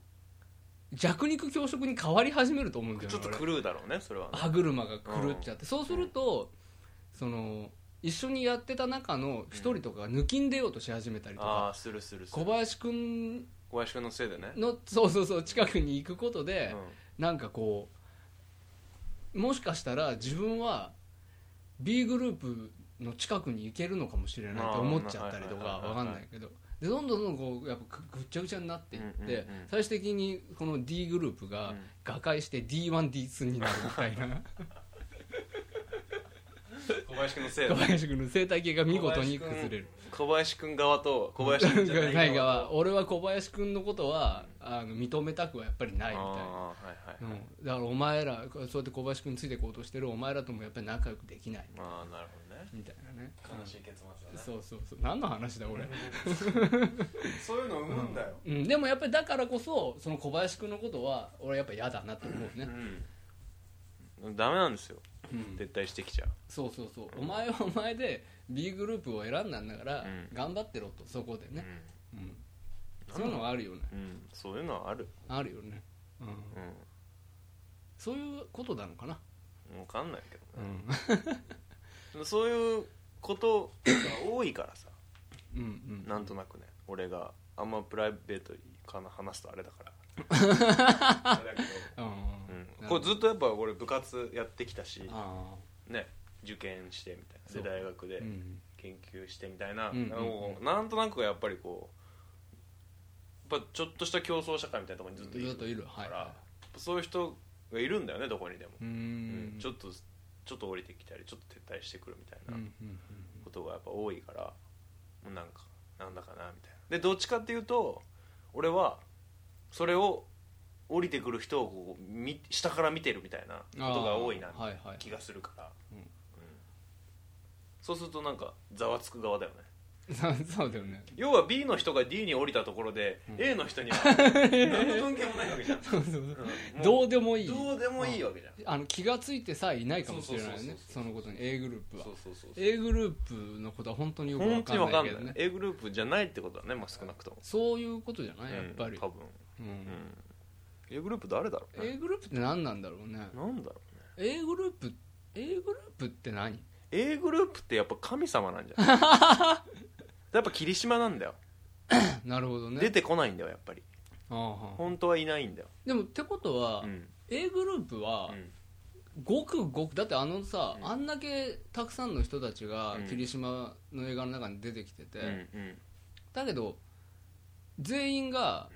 Speaker 3: 弱肉強食に変わり始めると思うんだよ
Speaker 2: ち
Speaker 3: ね
Speaker 2: ょっと
Speaker 3: 俺
Speaker 2: 狂うだろうねそれはね
Speaker 3: 歯車が狂っちゃって、そうするとその一緒にやってた中の一人とかが抜きんでようとし始めたりと
Speaker 2: あ
Speaker 3: か、
Speaker 2: あするするす
Speaker 3: 小
Speaker 2: る
Speaker 3: 林くん
Speaker 2: 小林君のせいでね
Speaker 3: のそうそうそう近くに行くことで、
Speaker 2: うん
Speaker 3: なんかこうもしかしたら自分は B グループの近くに行けるのかもしれないと思っちゃったりとか
Speaker 2: あー
Speaker 3: わかんないけどでどんどんどんどんこうやっぱぐっちゃぐちゃになっていって、
Speaker 2: うんうんうん
Speaker 3: 最終的にこの D グループ
Speaker 2: う
Speaker 3: が
Speaker 2: ん
Speaker 3: 瓦解して D1D2 になるみた いな
Speaker 1: 小林君のせい
Speaker 3: 小
Speaker 1: だ
Speaker 3: 林君の生態系が見事に崩れる
Speaker 2: 小林君側と小林君じゃない
Speaker 3: ない側俺は小林君のことはあの認めたくはやっぱりないみたいな。
Speaker 2: あーはいはいはい
Speaker 3: うん、だからお前らそうやって小林君についてこうとしてるお前らともやっぱり仲良くできない
Speaker 2: ああなるほどね
Speaker 3: みたいなね
Speaker 1: 悲しい結末だね
Speaker 3: そうそうそう何の話だ俺、
Speaker 1: そういうの生むんだよ
Speaker 3: うん、でもやっぱりだからこそその小林君のことは俺やっぱ嫌だなと思うね、
Speaker 2: うんダメなんですよ
Speaker 3: うん、
Speaker 2: 撤退してきちゃう
Speaker 3: そうそうそうお前はお前で B グループを選んだんだから
Speaker 2: うん
Speaker 3: 頑張ってろとそこでね、うんそういうのはあるよね
Speaker 2: うんうんそういうのはある
Speaker 3: あるよね、うん、
Speaker 2: う
Speaker 3: そういうことなのかな、
Speaker 2: ん分かんないけどね
Speaker 3: ん、
Speaker 2: でもそういうことが多いからさ
Speaker 3: うんうん
Speaker 2: なんとなくね俺があんまプライベートから話すとあれだ から
Speaker 1: だけど
Speaker 2: うんこれずっとやっぱ俺部活やってきたし
Speaker 3: あ
Speaker 2: ね受験してみた
Speaker 3: そ
Speaker 2: いうなで大学
Speaker 3: あ
Speaker 2: で
Speaker 3: うん
Speaker 2: 研究してみたいな、
Speaker 3: うんうん
Speaker 2: なんかこうなんとなくやっぱりこうやっぱちょっとした競争社会みたいなところにずっといる
Speaker 3: ずっといるはい
Speaker 2: から、そういう人がいるんだよねどこにでも、
Speaker 3: うーん
Speaker 2: うんちょっとちょっと降りてきたりちょっと撤退してくるみたい
Speaker 3: うんう
Speaker 2: なん
Speaker 3: うん
Speaker 2: ことがやっぱ多いから、もうなんかなんだかなみたいなでどっちかっていうと俺はそれを降りてくる人をこうみ下から見てるみたいなことが多いな
Speaker 3: あーはいはい
Speaker 2: 気がするから、
Speaker 3: うん
Speaker 2: うんそうするとなんかざわつく側だよね
Speaker 3: そう そうだよね
Speaker 2: 要は B の人が D に降りたところで、
Speaker 3: ん
Speaker 2: A の人には 何の関係もないわけじゃん、
Speaker 3: そうそうそう
Speaker 2: うん
Speaker 3: ど
Speaker 2: も
Speaker 3: うでも
Speaker 2: う
Speaker 3: いい
Speaker 2: どうでもいいわけじゃん
Speaker 3: あの気がついてさえいないかもしれない
Speaker 1: そうそう
Speaker 3: ね
Speaker 1: そうそう
Speaker 3: そのことに A グループは
Speaker 2: そうそうそうそう
Speaker 3: A グループのことは本当によく分
Speaker 2: 本当
Speaker 3: か
Speaker 2: に分
Speaker 3: んな
Speaker 2: か
Speaker 3: い
Speaker 2: ん
Speaker 3: け
Speaker 2: ない
Speaker 3: どね
Speaker 2: A グループじゃないってことだね、まあ、少なくとも
Speaker 3: そういうことじゃないやっぱ
Speaker 2: う
Speaker 3: り
Speaker 2: ん、多分、
Speaker 3: うん
Speaker 2: うん、A グループ誰だろうね
Speaker 3: A グループって何なんだろうね
Speaker 2: なんだろうね
Speaker 3: A グループ A グループって何
Speaker 2: A グループってやっぱ神様なんじゃ ないやっぱ霧島なんだよ、
Speaker 3: なるほど
Speaker 2: 出
Speaker 3: ね
Speaker 2: てこないんだよやっぱり
Speaker 3: ああはあ
Speaker 2: 本当はいないんだよ、
Speaker 3: でもってことは
Speaker 2: うん
Speaker 3: A グループは
Speaker 2: うん
Speaker 3: ごくごくだってあのさ
Speaker 2: うん
Speaker 3: あんだけたくさんの人たちが
Speaker 2: うん
Speaker 3: 霧島の映画の中に出てきてて、
Speaker 2: うんうん
Speaker 3: だけど全員が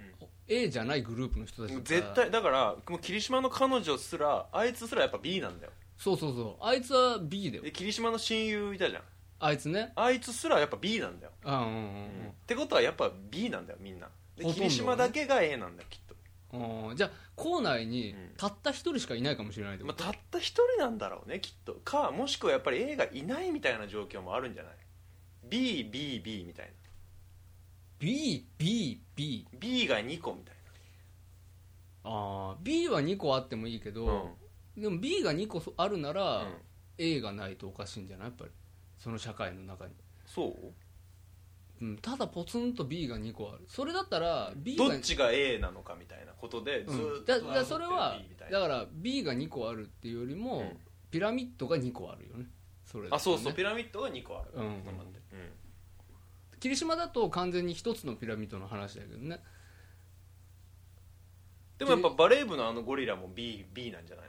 Speaker 3: A じゃないグループの人たちだから
Speaker 2: 絶対だからもう霧島の彼女すらあいつすらやっぱ B なんだよ
Speaker 3: そうそうそうあいつは B だよ
Speaker 2: で霧島の親友いたじゃん
Speaker 3: あいつね
Speaker 2: あいつすらやっぱ B なんだよ、
Speaker 3: うんうん
Speaker 2: ってことはやっぱ B なんだよみんなで
Speaker 3: ほとんどね
Speaker 2: 霧島だけが A なんだよきっ
Speaker 3: うんうん、うんじゃあ校内に
Speaker 2: うん
Speaker 3: たった一人しかいないかもしれないって
Speaker 2: と、
Speaker 3: こ
Speaker 2: まあ、た
Speaker 3: と
Speaker 2: った一人なんだろうねきっとかもしくはやっぱり A がいないみたいな状況もあるんじゃない BBB みたい
Speaker 3: BBB
Speaker 2: な B が2個みたい
Speaker 3: あー B は2個あってもいいけ
Speaker 2: な、
Speaker 3: ど、でも B が2個あるなら、
Speaker 2: うん
Speaker 3: A がないとおかしいんじゃないやっぱりその社会の中に、
Speaker 2: そう
Speaker 3: うん、ただポツンと B が2個あるそれだったら B が
Speaker 2: どっちが A なのかみたいなことでず
Speaker 3: う
Speaker 2: ー
Speaker 3: ん
Speaker 2: っ
Speaker 3: だ
Speaker 2: と
Speaker 3: だそれは
Speaker 2: B みたいな
Speaker 3: だから B が2個あるっていうよりも、
Speaker 2: うん
Speaker 3: ピラミッドが2個あるよねそれだとね
Speaker 2: あそうそうピラミッドが2個ある、
Speaker 3: うんうん
Speaker 2: そうなんだようん
Speaker 3: 霧島だと完全に一つのピラミッドの話だけどね
Speaker 2: でもやっぱバレー部のあのゴリラも B, B なんじゃない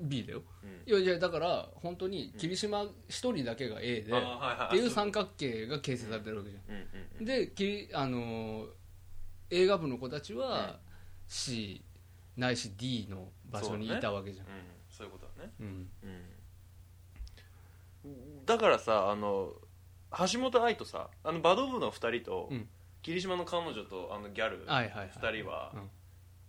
Speaker 3: B だよ
Speaker 2: の、
Speaker 3: いやいやだから本当に霧島一人だけが A で、
Speaker 2: あーはいはい
Speaker 3: っていう三角形が形成されてるわけじゃん、
Speaker 2: うんうんうん
Speaker 3: できあのー映画部の子たちは C ないし D の場所にいたわけじゃん
Speaker 2: うん、そういうことだね、
Speaker 3: うん
Speaker 2: だからさあの橋本愛とさあのバド部の2人と、
Speaker 3: うん
Speaker 2: 霧島の彼女とあのギャル
Speaker 3: はいはいはい
Speaker 2: 2人は、
Speaker 3: うん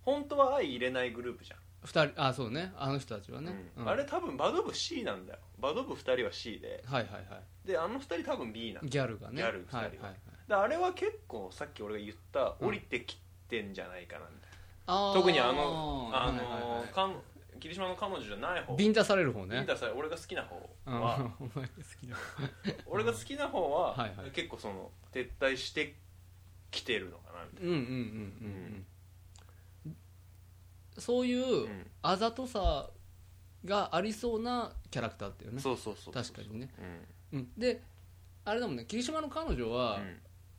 Speaker 2: 本当は愛入れないグループじゃん
Speaker 3: 二人あそうねあの人たちはね、
Speaker 2: う
Speaker 3: うんん
Speaker 2: あれ多分バド部 C なんだよバド部2人は C で
Speaker 3: はいはいは
Speaker 2: であの2人多分 B なんだ
Speaker 3: いギャルがね
Speaker 2: ギャル二人は
Speaker 3: はいはいはい
Speaker 2: であれは結構さっき俺が言った
Speaker 3: うん
Speaker 2: 降りてきてんじゃないかなみたい
Speaker 3: あ
Speaker 2: な
Speaker 3: ー
Speaker 2: 特にあのあの、
Speaker 3: はいはい
Speaker 2: かん霧島の彼女じゃない方
Speaker 3: ビンタされる方
Speaker 2: ビン
Speaker 3: ね
Speaker 2: タされ俺が好きな方
Speaker 3: うん、お
Speaker 2: は、
Speaker 3: 前が好きな
Speaker 2: 俺が好きな方は、
Speaker 3: はいはい
Speaker 2: 結構その撤退してきてるのかなみた
Speaker 3: うんうんうんうんうん、そういう
Speaker 2: いな、
Speaker 3: あざとさがありそうなキャラクターっていう
Speaker 2: うん
Speaker 3: ね
Speaker 2: そうそうそう
Speaker 3: 確かにね、
Speaker 2: うん
Speaker 3: うん、であれだもんね霧島の彼女は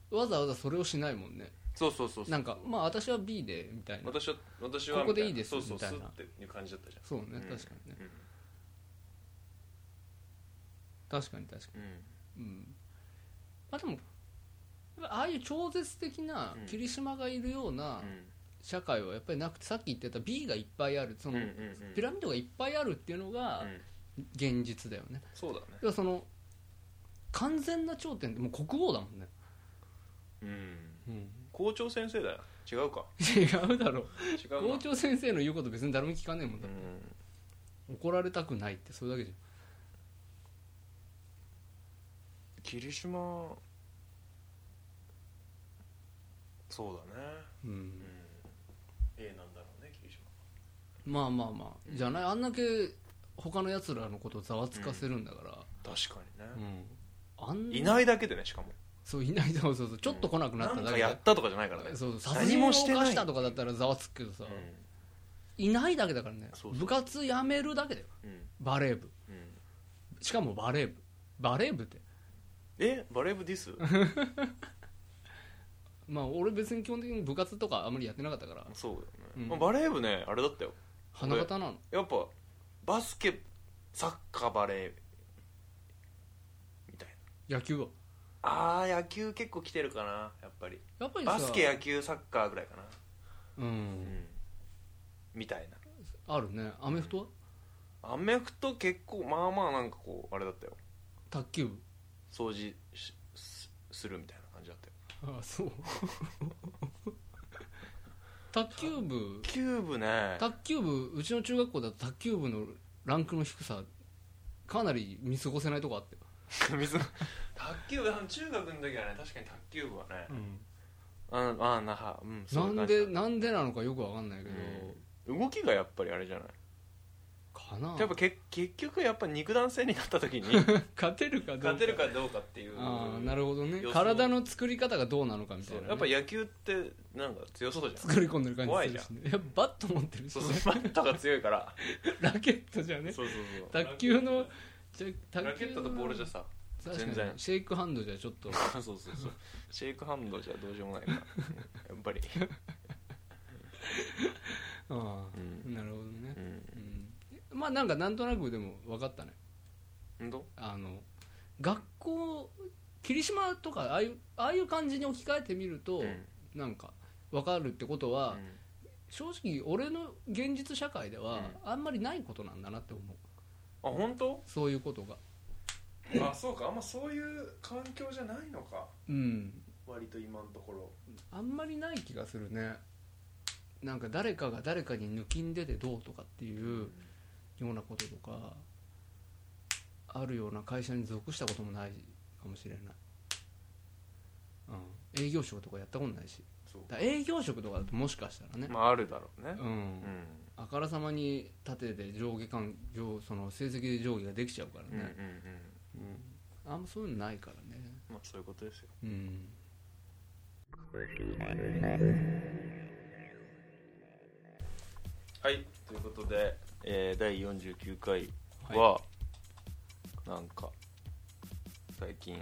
Speaker 2: う、ん
Speaker 3: わざわざそれをしないもんね
Speaker 2: そうそうそうそう
Speaker 3: なんかまあ私は B でみたいな
Speaker 2: 私は私は
Speaker 3: ここでいいです
Speaker 2: そうそう
Speaker 3: みたいな
Speaker 2: スッっていう感じだったじゃん
Speaker 3: そうね
Speaker 2: うん
Speaker 3: 確かにね、
Speaker 2: うん
Speaker 3: 確かに確か
Speaker 2: うん
Speaker 3: にうんまあでもああいう超絶的な
Speaker 2: うん
Speaker 3: 霧島がいるような
Speaker 2: うん
Speaker 3: 社会はやっぱりなくてさっき言ってた B がいっぱいあるその、
Speaker 2: うんうんうん
Speaker 3: ピラミッドがいっぱいあるっていうのが
Speaker 2: うん
Speaker 3: 現実だよね、
Speaker 2: そうだね
Speaker 3: だからその完全な頂点ってもう国王だもんね、
Speaker 2: うん
Speaker 3: うん、
Speaker 2: 校長先生だよ違う か
Speaker 3: 違うだろ
Speaker 2: 違うな
Speaker 3: 校長先生の言うこと別に誰も聞かねえもん
Speaker 2: う
Speaker 3: だ、
Speaker 2: ん
Speaker 3: 怒られたくないってそれだけじゃん
Speaker 2: 霧島そうだね
Speaker 3: うん
Speaker 2: うん A なんだろうね霧島
Speaker 3: まあまあまあじゃないあんだけ他のやつらのことをざわつかせるんだか、
Speaker 2: 確からに
Speaker 3: う
Speaker 2: ね
Speaker 3: んあん
Speaker 2: いないだけでねしかも
Speaker 3: そういないそうそうそうちょっと来なくなった
Speaker 2: なん
Speaker 3: だ
Speaker 2: か
Speaker 3: けで
Speaker 2: やったとかじゃないからね
Speaker 3: そうそう殺
Speaker 2: 何
Speaker 3: 人を
Speaker 2: もして
Speaker 3: 犯
Speaker 2: な
Speaker 3: し
Speaker 2: い
Speaker 3: たとかだったらざわつくけどさ、
Speaker 2: う
Speaker 3: いないだけだからね
Speaker 2: そうそう
Speaker 3: 部活やめるだけだよ
Speaker 2: んうん
Speaker 3: バレー部
Speaker 2: うん
Speaker 3: しかもバレー部バレー部って
Speaker 2: えバレー部ディス
Speaker 3: まあ俺別に基本的に部活とかあんまりやってなかったから
Speaker 2: そうだよ
Speaker 3: う
Speaker 2: ね
Speaker 3: ん
Speaker 2: まあバレー部ねあれだったよ
Speaker 3: 花形なの
Speaker 2: やっぱバスケサッカーバレーみたいな
Speaker 3: 野球は
Speaker 2: あー野球結構来てるかなやっぱり
Speaker 3: やっぱりさ
Speaker 2: バスケ野球サッカーぐらいかな
Speaker 3: う
Speaker 2: うんんみたいな
Speaker 3: あるねアメフトは
Speaker 2: アメフト結構まあまあなんかこうあれだったよ
Speaker 3: 卓球部
Speaker 2: 掃除しすするみたいな感じだったよ
Speaker 3: あそう卓球部
Speaker 2: キューブね
Speaker 3: 卓球部うちの中学校だと卓球部のランクの低さかなり見過ごせないとこあって、
Speaker 2: 水の 卓球部あの中学の時はね確かに卓球部はねああなはうんそういう
Speaker 3: な
Speaker 2: 感
Speaker 3: ん
Speaker 2: じ
Speaker 3: で
Speaker 2: だ
Speaker 3: なんでなのかよくわかんないけど、
Speaker 2: うん動きがやっぱりあれじゃない
Speaker 3: かな
Speaker 2: やっぱけ結局やっぱ肉弾戦になった 時に
Speaker 3: 勝てるかどうか
Speaker 2: 勝てるかどうかっていう
Speaker 3: ああなるほどね
Speaker 2: 予想
Speaker 3: 体の作り方がどうなのかみた
Speaker 2: そ
Speaker 3: いうなね、
Speaker 2: やっぱ野球ってなんか強そうじゃん
Speaker 3: 作り込んでる感じするし、ね、やっぱバット持ってるし
Speaker 2: そ
Speaker 3: ね、
Speaker 2: うそうバットが強いから
Speaker 3: ラケットじゃね
Speaker 2: そうそうそ
Speaker 3: 卓球のじゃ
Speaker 2: うラ
Speaker 3: 卓
Speaker 2: ケ
Speaker 3: 球
Speaker 2: ッ
Speaker 3: の
Speaker 2: トとボールじゃさ
Speaker 3: 確か
Speaker 2: 全
Speaker 3: に
Speaker 2: 然
Speaker 3: シェイクハンドじゃちょっと
Speaker 2: そうそうそうシェイクハンドじゃどうしようもないからやっぱり
Speaker 3: ああ、
Speaker 2: うん
Speaker 3: なるほどね
Speaker 2: う、ん
Speaker 3: うんまあなんかなんとなくでも分かったね
Speaker 2: 本当
Speaker 3: あの学校霧島とかああいうああいう感じに置き換えてみると、
Speaker 2: うん
Speaker 3: なんか分かるってことは、
Speaker 2: うん
Speaker 3: 正直俺の現実社会では
Speaker 2: う
Speaker 3: あんまりないことなんだなって思う
Speaker 2: あ本当
Speaker 3: そういうことが
Speaker 1: あそうかあんまそういう環境じゃないのか
Speaker 3: うん
Speaker 1: 割と今のところ
Speaker 3: あんまりない気がするねなんか誰かが誰かに抜きんでてどうとかっていうようなこととかあるような会社に属したこともないかもしれない、うん、営業職とかやったことないし
Speaker 1: そう
Speaker 3: だから営業職とかだともしかしたらね、
Speaker 2: まああるだろうね
Speaker 3: うん
Speaker 2: うん
Speaker 3: あからさまに立てて上下関上その成績で上下ができちゃうから
Speaker 2: うんうん
Speaker 3: ね、
Speaker 2: うん
Speaker 3: うんあんまそういうのないからね
Speaker 2: まあそういうことですよ
Speaker 3: うん
Speaker 2: はいということで、えー、第49回は、なんか最近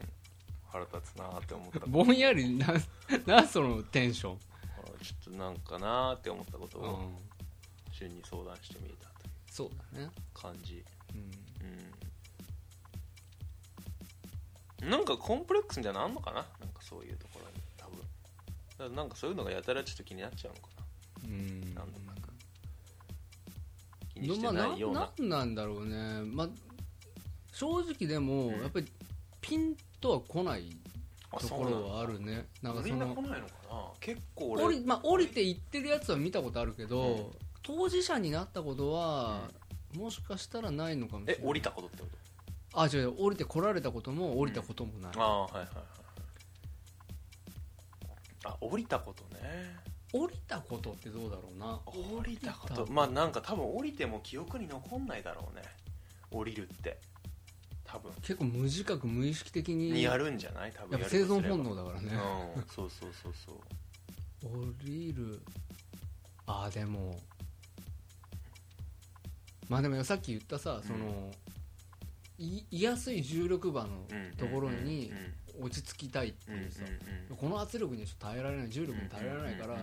Speaker 2: 腹立つなーって思った こと
Speaker 3: ぼんやりな なんそのテンション、
Speaker 2: あーちょっとなんかなーって思ったこと
Speaker 3: う
Speaker 2: を
Speaker 3: ん
Speaker 2: 旬に相談してみたという
Speaker 3: そうだね、
Speaker 2: 感じ
Speaker 3: うん、
Speaker 2: うんなんかコンプレックスみたいなのあんのかななんかそういうところに多分だからなんかそういうのがやたらちょっと気になっちゃうのかな
Speaker 3: うん
Speaker 2: なんとなく気にして
Speaker 3: まあ
Speaker 2: ないような
Speaker 3: なんなんだろうね、まあ、正直でも、
Speaker 2: うん
Speaker 3: やっぱりピン人は来ない
Speaker 2: あ
Speaker 3: と
Speaker 2: そう
Speaker 3: こ
Speaker 2: なんだ
Speaker 3: ろはあるねなんか
Speaker 2: み
Speaker 3: そ
Speaker 2: んな
Speaker 3: の
Speaker 2: 来ないのかな結構俺
Speaker 3: 降り,、まあ、降りて行ってるやつは見たことあるけど、
Speaker 2: うん
Speaker 3: 当事者になったことは、もしかしたらないのかもしれ
Speaker 2: え
Speaker 3: ない
Speaker 2: 降りたことってこと
Speaker 3: あ違う違う降りて来られたことも降りたこともない、
Speaker 2: ああはいはいはいあ降りたことね
Speaker 3: 降りたことってどうだろうな
Speaker 2: 降りたこ
Speaker 3: 降りた
Speaker 2: とまあなんか多分降りても記憶に残んないだろうね降りるって多分
Speaker 3: 結構無自覚無意識的に
Speaker 2: にや
Speaker 3: やっ
Speaker 2: るんじゃない多分
Speaker 3: ぱ生存本
Speaker 2: 能
Speaker 3: 能だからね、
Speaker 2: うんそうそうそうそう
Speaker 3: 降りるあーでもまあでもさっき言ったさその、い居やすい16番の
Speaker 2: うん
Speaker 3: ところに
Speaker 2: うんうん
Speaker 3: 落ち着きたいって
Speaker 2: うんうん
Speaker 3: いうさ、この圧力にはちょっと耐えられない重力に耐えられないから、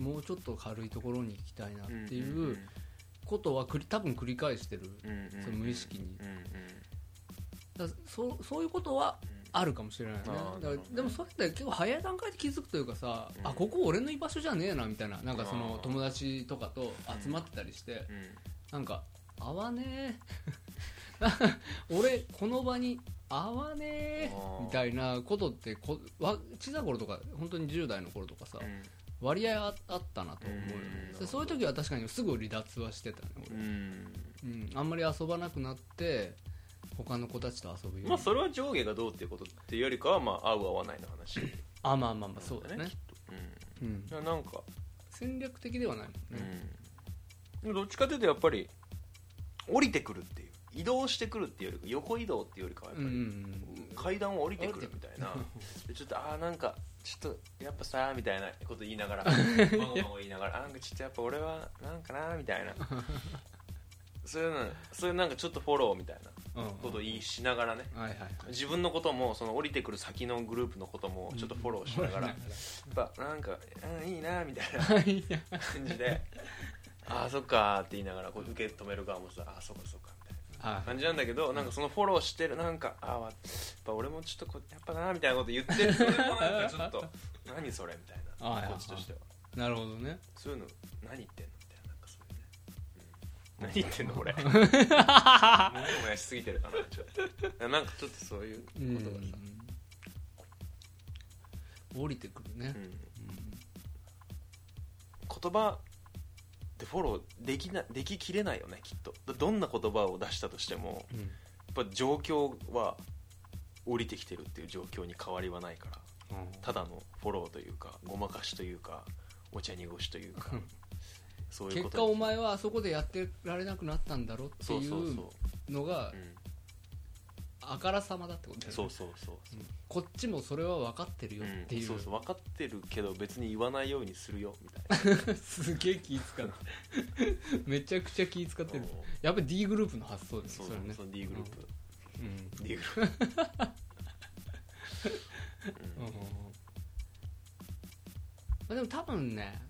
Speaker 3: もうちょっと軽いところに行きたいなって
Speaker 2: うん
Speaker 3: いうことは繰り多分繰り返してる
Speaker 2: うんうんうん
Speaker 3: その無意識に
Speaker 2: うんうん
Speaker 3: だからそうそういうことはあるかもしれないね
Speaker 2: あー
Speaker 3: だか
Speaker 2: な
Speaker 3: ら
Speaker 2: るほどね
Speaker 3: でもそれって結構早い段階で気づくというかさ、
Speaker 2: うん
Speaker 3: あここ俺の居場所じゃねえなみたいななんかそ
Speaker 2: あ
Speaker 3: の
Speaker 2: ー
Speaker 3: 友達とかと集まってたりして、
Speaker 2: うん
Speaker 3: なんか合わねえ 俺この場に合わねえ
Speaker 2: あー
Speaker 3: みたいなことってこわ小さい頃とか本当に10代の頃とかさ、
Speaker 2: うん
Speaker 3: 割合ああったなと思うよね
Speaker 2: うん
Speaker 3: でそういう時は確かにすぐ離脱はしてたね
Speaker 2: う
Speaker 3: 俺、
Speaker 2: ん
Speaker 3: うん、あんまり遊ばなくなって他の子たちと遊ぶように
Speaker 2: まあそれは上下がどうっていうことっていうよりかはまあ合う合わないの話
Speaker 3: あまあまあまあそうだね
Speaker 2: きっとう
Speaker 3: うん
Speaker 2: んいやなんか
Speaker 3: 戦略的ではないもんね、
Speaker 2: うん、どっちかというとやっぱり降りてくるっていう移動してくるっていうよりか横移動っていうよりかはやっ
Speaker 3: うん
Speaker 2: ぱ
Speaker 3: うん
Speaker 2: り、階段を降りてくるみたいな
Speaker 3: 降り
Speaker 2: でちょっとああなんかちょっとやっぱさみたいなこと言いな がらまごまご言いながらなんかちょっとやっぱ俺はなんかなみたいなそういうのそういうなんかちょっとフォローみたいな
Speaker 3: うんうん
Speaker 2: ことを言いしながらね
Speaker 3: はいはいはい
Speaker 2: 自分のこともその降りてくる先のグループのこともちょっとフォローしながら、やっぱなんか、うん、いいなみたいな
Speaker 3: はいや
Speaker 2: 感じで「ああそっか」って言いながらこう受け止める側もさ「ああそっかそっか」みたい
Speaker 3: は
Speaker 2: な感じなんだけどなんかそのフォローしてるなんか「ああやっぱ俺もちょっとこうやっぱな」みたいなこと言 ってるそれもなんかちょっと「何それ」みたい
Speaker 3: はい
Speaker 2: な
Speaker 3: はい
Speaker 2: こっちとしてはい
Speaker 3: なるほどね
Speaker 2: そういうの「何言ってんの?」みたいななんかそういうね、うん何言ってんのこれも やもやしすぎてるかなちょっとなんかちょっとそういうこ
Speaker 3: うん
Speaker 2: とがさ、
Speaker 3: 降りてくるね
Speaker 2: う、ん言葉でフォローできなでききれないよねきっとどどんな言葉を出したとしても
Speaker 3: うんうん
Speaker 2: やっぱ状況は降りてきてるっていう状況に変わりはないからただのフォローというかごまかしというかお茶濁しというかそういう
Speaker 3: 結
Speaker 2: こと
Speaker 3: 果お前はあそこでやってられなくなったんだろって
Speaker 2: そう
Speaker 3: い
Speaker 2: そうそう
Speaker 3: うのが
Speaker 2: うん
Speaker 3: あからさまだってことだよね
Speaker 2: そうそうそう
Speaker 3: うんこっちもそれは分かってるよ
Speaker 2: うん
Speaker 3: っていう,、
Speaker 2: そうそう分かってるけど別に言わないようにするよみたい
Speaker 3: すげえ気使って めちゃくちゃ気使って
Speaker 2: な
Speaker 3: るやっぱり D グループの発想です
Speaker 2: そ
Speaker 3: ね
Speaker 2: う
Speaker 3: それね
Speaker 2: その D グループ
Speaker 3: うん
Speaker 2: D グルー
Speaker 3: うんうんうんまあでも多分ね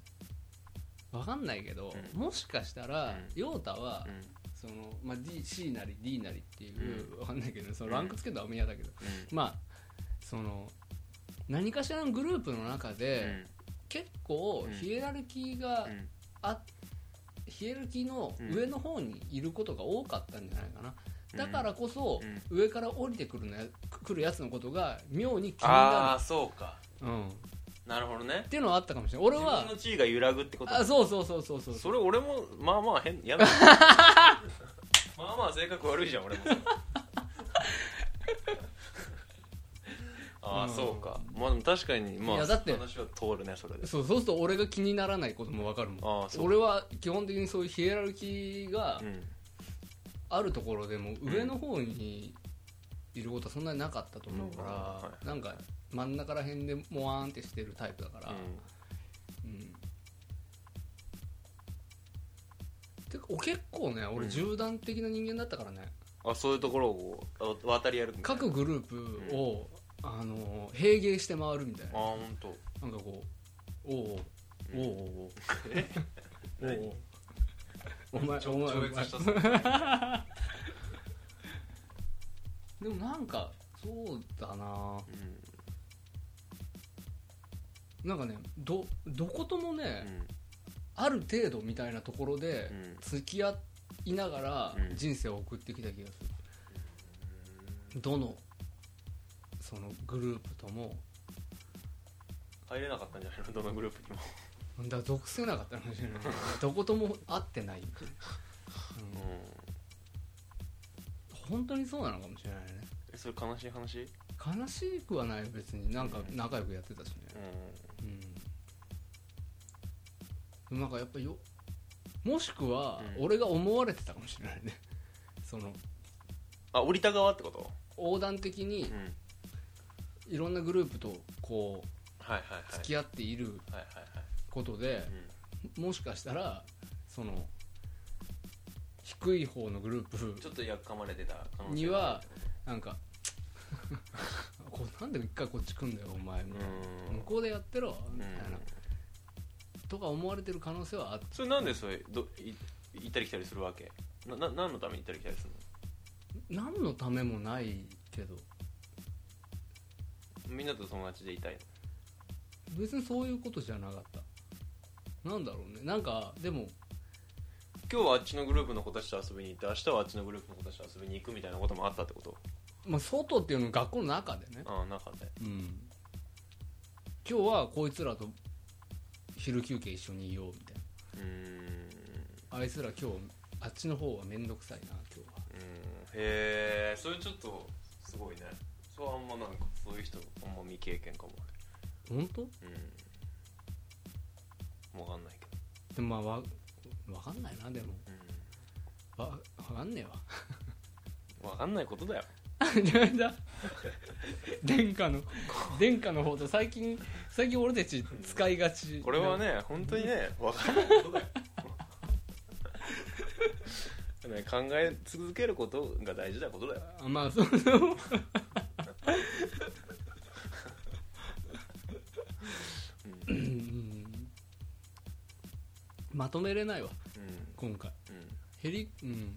Speaker 3: 分かんないけど、
Speaker 2: うん
Speaker 3: もしかしたら
Speaker 2: うん
Speaker 3: 陽太、は
Speaker 2: プ、うん
Speaker 3: そのまあ、D C なり D なりっていう、わかんないけどそのランクつけたらおみやだけど、
Speaker 2: うん
Speaker 3: まあその何かしらのグループの中で、結構
Speaker 2: うん
Speaker 3: ヒエラルキーが、
Speaker 2: うん
Speaker 3: あヒエラルキーの上の方にいることが多かったんじゃないかな、
Speaker 2: うん
Speaker 3: だからこそ、
Speaker 2: う
Speaker 3: 上から降りてくるのや来るやつのことが妙に気に
Speaker 2: あ
Speaker 3: な
Speaker 2: あそうか
Speaker 3: る、うん、っ
Speaker 2: なるほどね
Speaker 3: ていうのはあったかもしれない俺
Speaker 2: 自分
Speaker 3: は
Speaker 2: の地位が揺らぐってことだ
Speaker 3: あそうそうそうそうそう
Speaker 2: それ俺もまあまあ 変やだまあまあ性格悪いじゃん俺 もああ、
Speaker 3: うん
Speaker 2: そうかまあでも確かにまあ
Speaker 3: いやだって
Speaker 2: 話は通るねそれで
Speaker 3: そうそうすると俺が気にならないこともわかるもん
Speaker 2: ああそう
Speaker 3: 俺は基本的にそういうヒエラルキーが
Speaker 2: うん
Speaker 3: あるところでも上の方にいることはそんなになかったと思う
Speaker 2: うんは
Speaker 3: か
Speaker 2: い
Speaker 3: らなんか真ん中ら辺でもわーんってしてるタイプだから、うんてかお結構ね俺
Speaker 2: うん
Speaker 3: 縦断的な人間だったからね、
Speaker 2: うんあそういうところをこう渡り歩くみたいな
Speaker 3: 各グループを、あの並芸して回るみたい
Speaker 2: ああ
Speaker 3: な
Speaker 2: 本当。
Speaker 3: なんかこうおうおうおうおうおうおうおうお前お前お前
Speaker 2: たぞ
Speaker 3: でもなんかそうだな
Speaker 2: うん
Speaker 3: なんかねどどことも
Speaker 2: う
Speaker 3: ね、
Speaker 2: ん
Speaker 3: ある程度みたいなところで
Speaker 2: う ん
Speaker 3: 付き合いながら
Speaker 2: うん
Speaker 3: 人生を送ってきた気がする、どのそのグループとも
Speaker 2: 入れなかったんじゃない のどのグループにも
Speaker 3: だから属せなかったのかもしれないどことも合ってないっていう、うん本当にそうなのかもしれないね
Speaker 2: えそれ悲しい話うん
Speaker 3: 悲しくはないよ別になんか仲良くやってたしねうんでもなんかやっぱよもしくは
Speaker 2: うん
Speaker 3: 俺が思われてたかもしれないねその
Speaker 2: あ降りた側ってこと
Speaker 3: 横断的に
Speaker 2: ん
Speaker 3: いろんなグループとこう
Speaker 2: はいはいはい
Speaker 3: 付き合っている
Speaker 2: はいはいはい
Speaker 3: ことで
Speaker 2: うん
Speaker 3: もしかしたらその低い方のグループ
Speaker 2: ちょっとやっかまれてた可能性
Speaker 3: に
Speaker 2: が
Speaker 3: は
Speaker 2: ある
Speaker 3: なんか こうなんで一回こっち来んだよお前みたいな向こうでやってろみ
Speaker 2: う
Speaker 3: た
Speaker 2: ん
Speaker 3: いなとか思われてる可能性はあって
Speaker 2: それなんでそれどい行ったり来たりするわけなな何のために行ったり来たりする
Speaker 3: 何のためもないけど
Speaker 2: のみんなと友達でいたい
Speaker 3: 別にそういうことじゃなかったなんだろうねなんかでも
Speaker 2: 今日はあっちのグループの子たちと遊びに行って明日はあっちのグループの子たちと遊びに行くみたいなこともあったってこと
Speaker 3: まあ外っていうのは学校の中でね
Speaker 2: ああ中で
Speaker 3: うん今日はこいつらと昼休憩一緒にいようみたいう
Speaker 2: ーんうん
Speaker 3: なあいつら今日あっちの方は面倒くさいな今日は
Speaker 2: へえそれちょっとすごいねそれはあんまなんかそういう人あんま未経験かも
Speaker 3: 本当
Speaker 2: うんわかんないけど
Speaker 3: でもまあわわかんないなでも
Speaker 2: う
Speaker 3: わわかんね
Speaker 2: んわかんないことだよ
Speaker 3: えわだ殿下の殿下の方と最近最近俺たち使いがち
Speaker 2: これはね本当にねわかんないことだよ ね考え続けることが大事なことだよ
Speaker 3: あまあそうそう
Speaker 2: うんうん
Speaker 3: うんまとめれないわ今回ヘリうん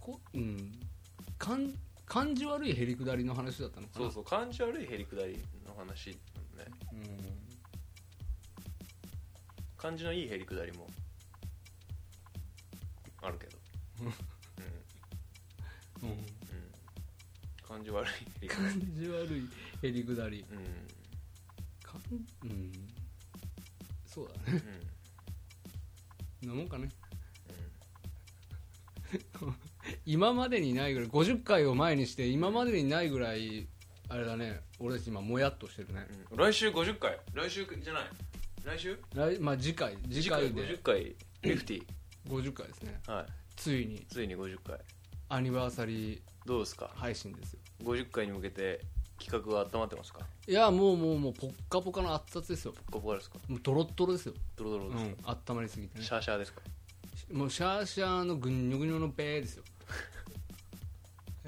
Speaker 3: こうん感感じ悪いへりくだりの話だったのかな
Speaker 2: そうそう感じ悪いへりくだりの話ね
Speaker 3: うん
Speaker 2: 感じのいいへりくだりもあるけ どうん
Speaker 3: う
Speaker 2: う
Speaker 3: ん、
Speaker 2: ん感じ悪いへりくだり
Speaker 3: 感じ悪いへりくだり
Speaker 2: うん
Speaker 3: かんうんそうだね
Speaker 2: うん
Speaker 3: なもんかね今までにないぐらい50回を前にして今までにないぐらいあれだね俺たち今もやっとしてるね、
Speaker 2: うん来週50回来週じゃない来週
Speaker 3: 来まあ、次回次回で
Speaker 2: 50回50
Speaker 3: 50回ですね
Speaker 2: はい
Speaker 3: ついに
Speaker 2: ついに50回
Speaker 3: アニバーサリー
Speaker 2: どうですか
Speaker 3: 配信ですよ
Speaker 2: 50回に向けて企画は温まってますか
Speaker 3: いやもうもうもうポッカポカの熱々ですよ
Speaker 2: ここからですか
Speaker 3: もうドロッドロですよ、
Speaker 2: ドロドロ
Speaker 3: う
Speaker 2: ですか、
Speaker 3: ん、温まりすぎてね
Speaker 2: シャーシャーですか
Speaker 3: もうシャーシャーのぐにょぐにょのべーですよ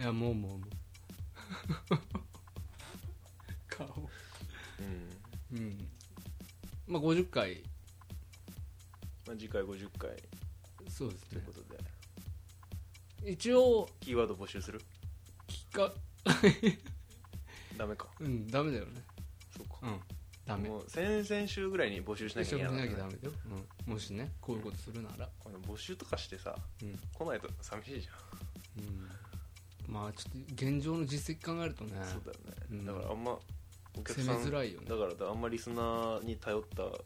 Speaker 3: いやもうもうもう 顔
Speaker 2: うん、
Speaker 3: うんまあ50回
Speaker 2: まあ、次回50回
Speaker 3: そうです
Speaker 2: という
Speaker 3: ね
Speaker 2: ことで、
Speaker 3: 一応
Speaker 2: キーワード募集する
Speaker 3: 聞か
Speaker 2: ダメか
Speaker 3: うんダメだよね
Speaker 2: そうか、
Speaker 3: うんダメ
Speaker 2: もう先々週ぐらいに募集しな
Speaker 3: 一
Speaker 2: きゃ
Speaker 3: 緒
Speaker 2: い
Speaker 3: に
Speaker 2: け
Speaker 3: し
Speaker 2: なか
Speaker 3: なきゃ
Speaker 2: っ
Speaker 3: ダメだよ、うん、もしねこういうことするなら
Speaker 2: たなこの募集とかしてさ
Speaker 3: うん、
Speaker 2: 来ないと寂しいじゃ
Speaker 3: うん、まあちょっと現状の実績考えるとね
Speaker 2: ん、そうだよね、
Speaker 3: うん
Speaker 2: だからあんまお客
Speaker 3: 攻
Speaker 2: さ
Speaker 3: め
Speaker 2: ん
Speaker 3: づらいよね
Speaker 2: だからだあんまリスナーに頼ったこ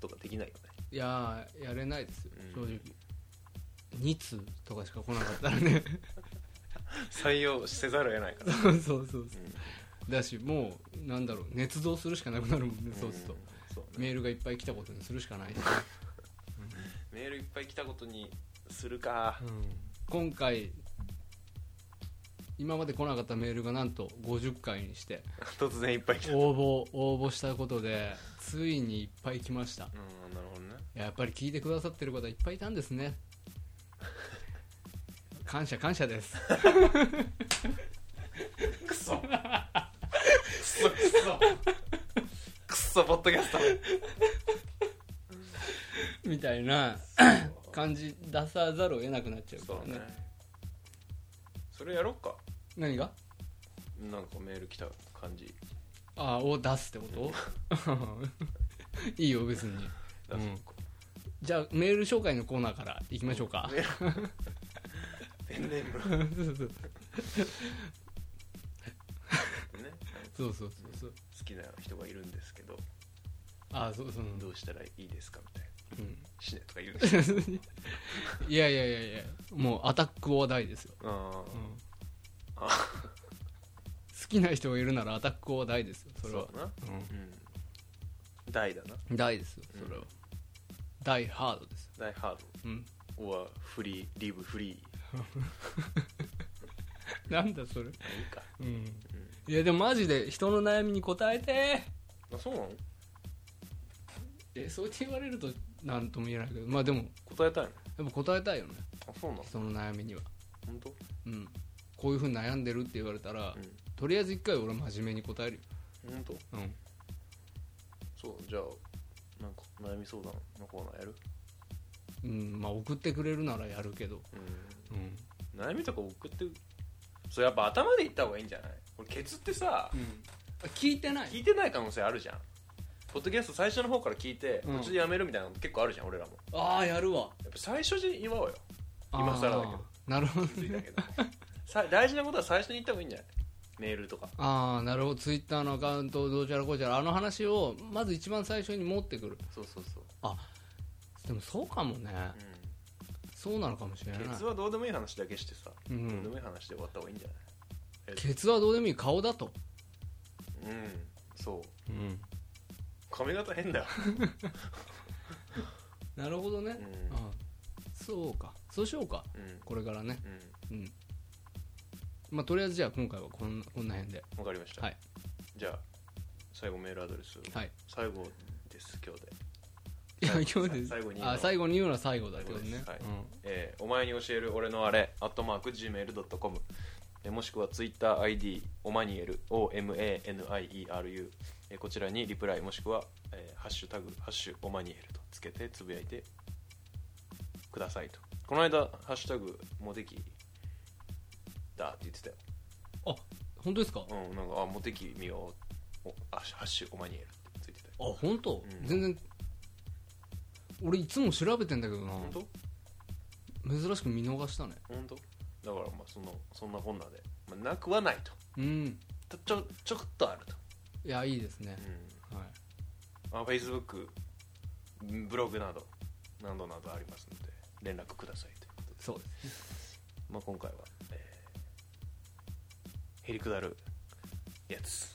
Speaker 2: ととかできない よね
Speaker 3: いやーやれないですよ、
Speaker 2: うん
Speaker 3: 正直2通とかしか来なかったら ね
Speaker 2: 採用せざるを得ないから、
Speaker 3: そうそうそう
Speaker 2: うん
Speaker 3: だしもうなんだろう捏造するしかなくなるもんねそうすると
Speaker 2: んそうね
Speaker 3: メールがいっぱい来たことにするしかないし、
Speaker 2: メールいっぱい来たことにするか
Speaker 3: 今回今まで来なかったメールがなんと50回にして
Speaker 2: 突然いっぱい来た
Speaker 3: 応募応募したことでついにいっぱい来ました
Speaker 2: うんなるほどね
Speaker 3: やっぱり聞いてくださってる方いっぱいいたんです ね感謝感謝です
Speaker 2: クソクソクソクソポッドキャスト
Speaker 3: みたいな感じ出さざるを得なくなっちゃうか
Speaker 2: そう
Speaker 3: らね
Speaker 2: ねそれやろっか
Speaker 3: 何が
Speaker 2: なんかメール来た感じ
Speaker 3: あを出すっ てこといいよ別に
Speaker 2: 出そうか
Speaker 3: じゃあメール紹介のコーナーからいきましょうか
Speaker 2: メールペンネーム
Speaker 3: そうそ
Speaker 2: ね、
Speaker 3: うそうそうそうそう
Speaker 2: 好きな人がいるんですけど
Speaker 3: あそうその
Speaker 2: どうしたらいいですかみたいな
Speaker 3: うん
Speaker 2: 死ねとか言うんですよ
Speaker 3: いやいやいやいやもうアタックオアダイですよ、
Speaker 2: あ
Speaker 3: うん、好
Speaker 2: あ
Speaker 3: きな人がいるならアタックオアダイですよそれは
Speaker 2: そうだなうん大だな
Speaker 3: うん大ですよそれは、大ハードですよ
Speaker 2: 大ハー
Speaker 3: うん
Speaker 2: ド or フリーリブフリーい
Speaker 3: なんだそれ
Speaker 2: いか
Speaker 3: うんいやでもマジで人の悩みに答えて
Speaker 2: あそうなの
Speaker 3: えそうやって言われると何とも言えないけどまあでも
Speaker 2: 答えたいの
Speaker 3: やっぱ答えたいよね
Speaker 2: あそうなの
Speaker 3: 人の悩みには
Speaker 2: 本当
Speaker 3: うんこういうふうに悩んでるって言われたら、
Speaker 2: うん
Speaker 3: とりあえず一回俺真面目に答えるよ
Speaker 2: 本当
Speaker 3: うん
Speaker 2: そうじゃあなんか悩み相談のコーナーやる
Speaker 3: うんまあ送ってくれるならやるけど
Speaker 2: うん
Speaker 3: うん、
Speaker 2: 悩みとか送ってそうやっぱ頭で言った方がいいんじゃない俺ケツってさ
Speaker 3: 聞いてない
Speaker 2: 聞いてない可能性あるじゃんポッドキャスト最初の方から聞いて
Speaker 3: うん
Speaker 2: 途中でやめるみたいなの結構あるじゃん俺らも
Speaker 3: ああやるわ
Speaker 2: やっぱ最初に言おうよ今更だけど
Speaker 3: あーなるほど
Speaker 2: 気づいたけ どさ大事なことは最初に言った方がいいんじゃないメールとか
Speaker 3: ああなるほどツイッターのアカウントどうちゃらこうちゃらあの話をまず一番最初に持ってくる
Speaker 2: そうそうそう、
Speaker 3: でもそうかもね
Speaker 2: う
Speaker 3: そうなのかもしれない
Speaker 2: ん、ケツはどうでもいい話だけしてさ、
Speaker 3: うん
Speaker 2: どうでもいい話で終わった方がいいんじゃ
Speaker 3: ケツはどうでもいい顔だと
Speaker 2: ないうんそう
Speaker 3: うん
Speaker 2: 髪型変だよ、
Speaker 3: なるほどね
Speaker 2: うん、
Speaker 3: あーそうかそうしようか
Speaker 2: うん
Speaker 3: これからね
Speaker 2: う
Speaker 3: うんまあとりあえずじゃあ今回はこんなこんな辺で
Speaker 2: んわかりました、
Speaker 3: はい
Speaker 2: じゃあ最後メールアドレスを
Speaker 3: はい
Speaker 2: 最後です今日で
Speaker 3: いや
Speaker 2: 最後
Speaker 3: 今日で
Speaker 2: 最後に言うの
Speaker 3: あ最後に言うのは最後だけどね
Speaker 2: 最後ですはい
Speaker 3: うん
Speaker 2: えーお前に教える俺のあれ」「アットマーク Gmail.com」えーもしくは TwitterID おまにえる OMANIERU えーこちらにリプライもしくは、えーハッシュタグハッシュおまにえる」とつけてつぶやいてくださいとこの間「ハッシュタグモテキだ」って言ってたよ
Speaker 3: あ本当ですか
Speaker 2: うんなんかあモテキ見ようおあハッシュおまにえるってついてたよ
Speaker 3: あ本当、
Speaker 2: うん
Speaker 3: 全然俺いつも調べてんだけどな
Speaker 2: 本当
Speaker 3: 珍しく見逃したね
Speaker 2: 本当だからまあそのそんなこんなで、まあ、なくはないと
Speaker 3: うん
Speaker 2: たちょちょっとあると、
Speaker 3: いやいいですね
Speaker 2: う、ん
Speaker 3: はい、
Speaker 2: まあ、Facebook うんブログなどなどなどありますので連絡くださいということで、
Speaker 3: そうです
Speaker 2: まあ、今回は、えーへりくだるやつ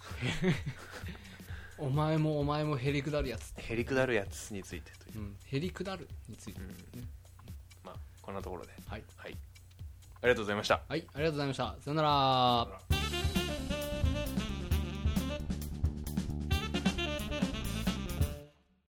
Speaker 3: お前もお前もへりくだるやつ、
Speaker 2: へりくだるやつについてという
Speaker 3: う、ん、へりくだるについて、
Speaker 2: うんまあこんなところで
Speaker 3: はい、
Speaker 2: はいありがとうございました
Speaker 3: はい、ありがとうございましたさよなら
Speaker 2: さよなら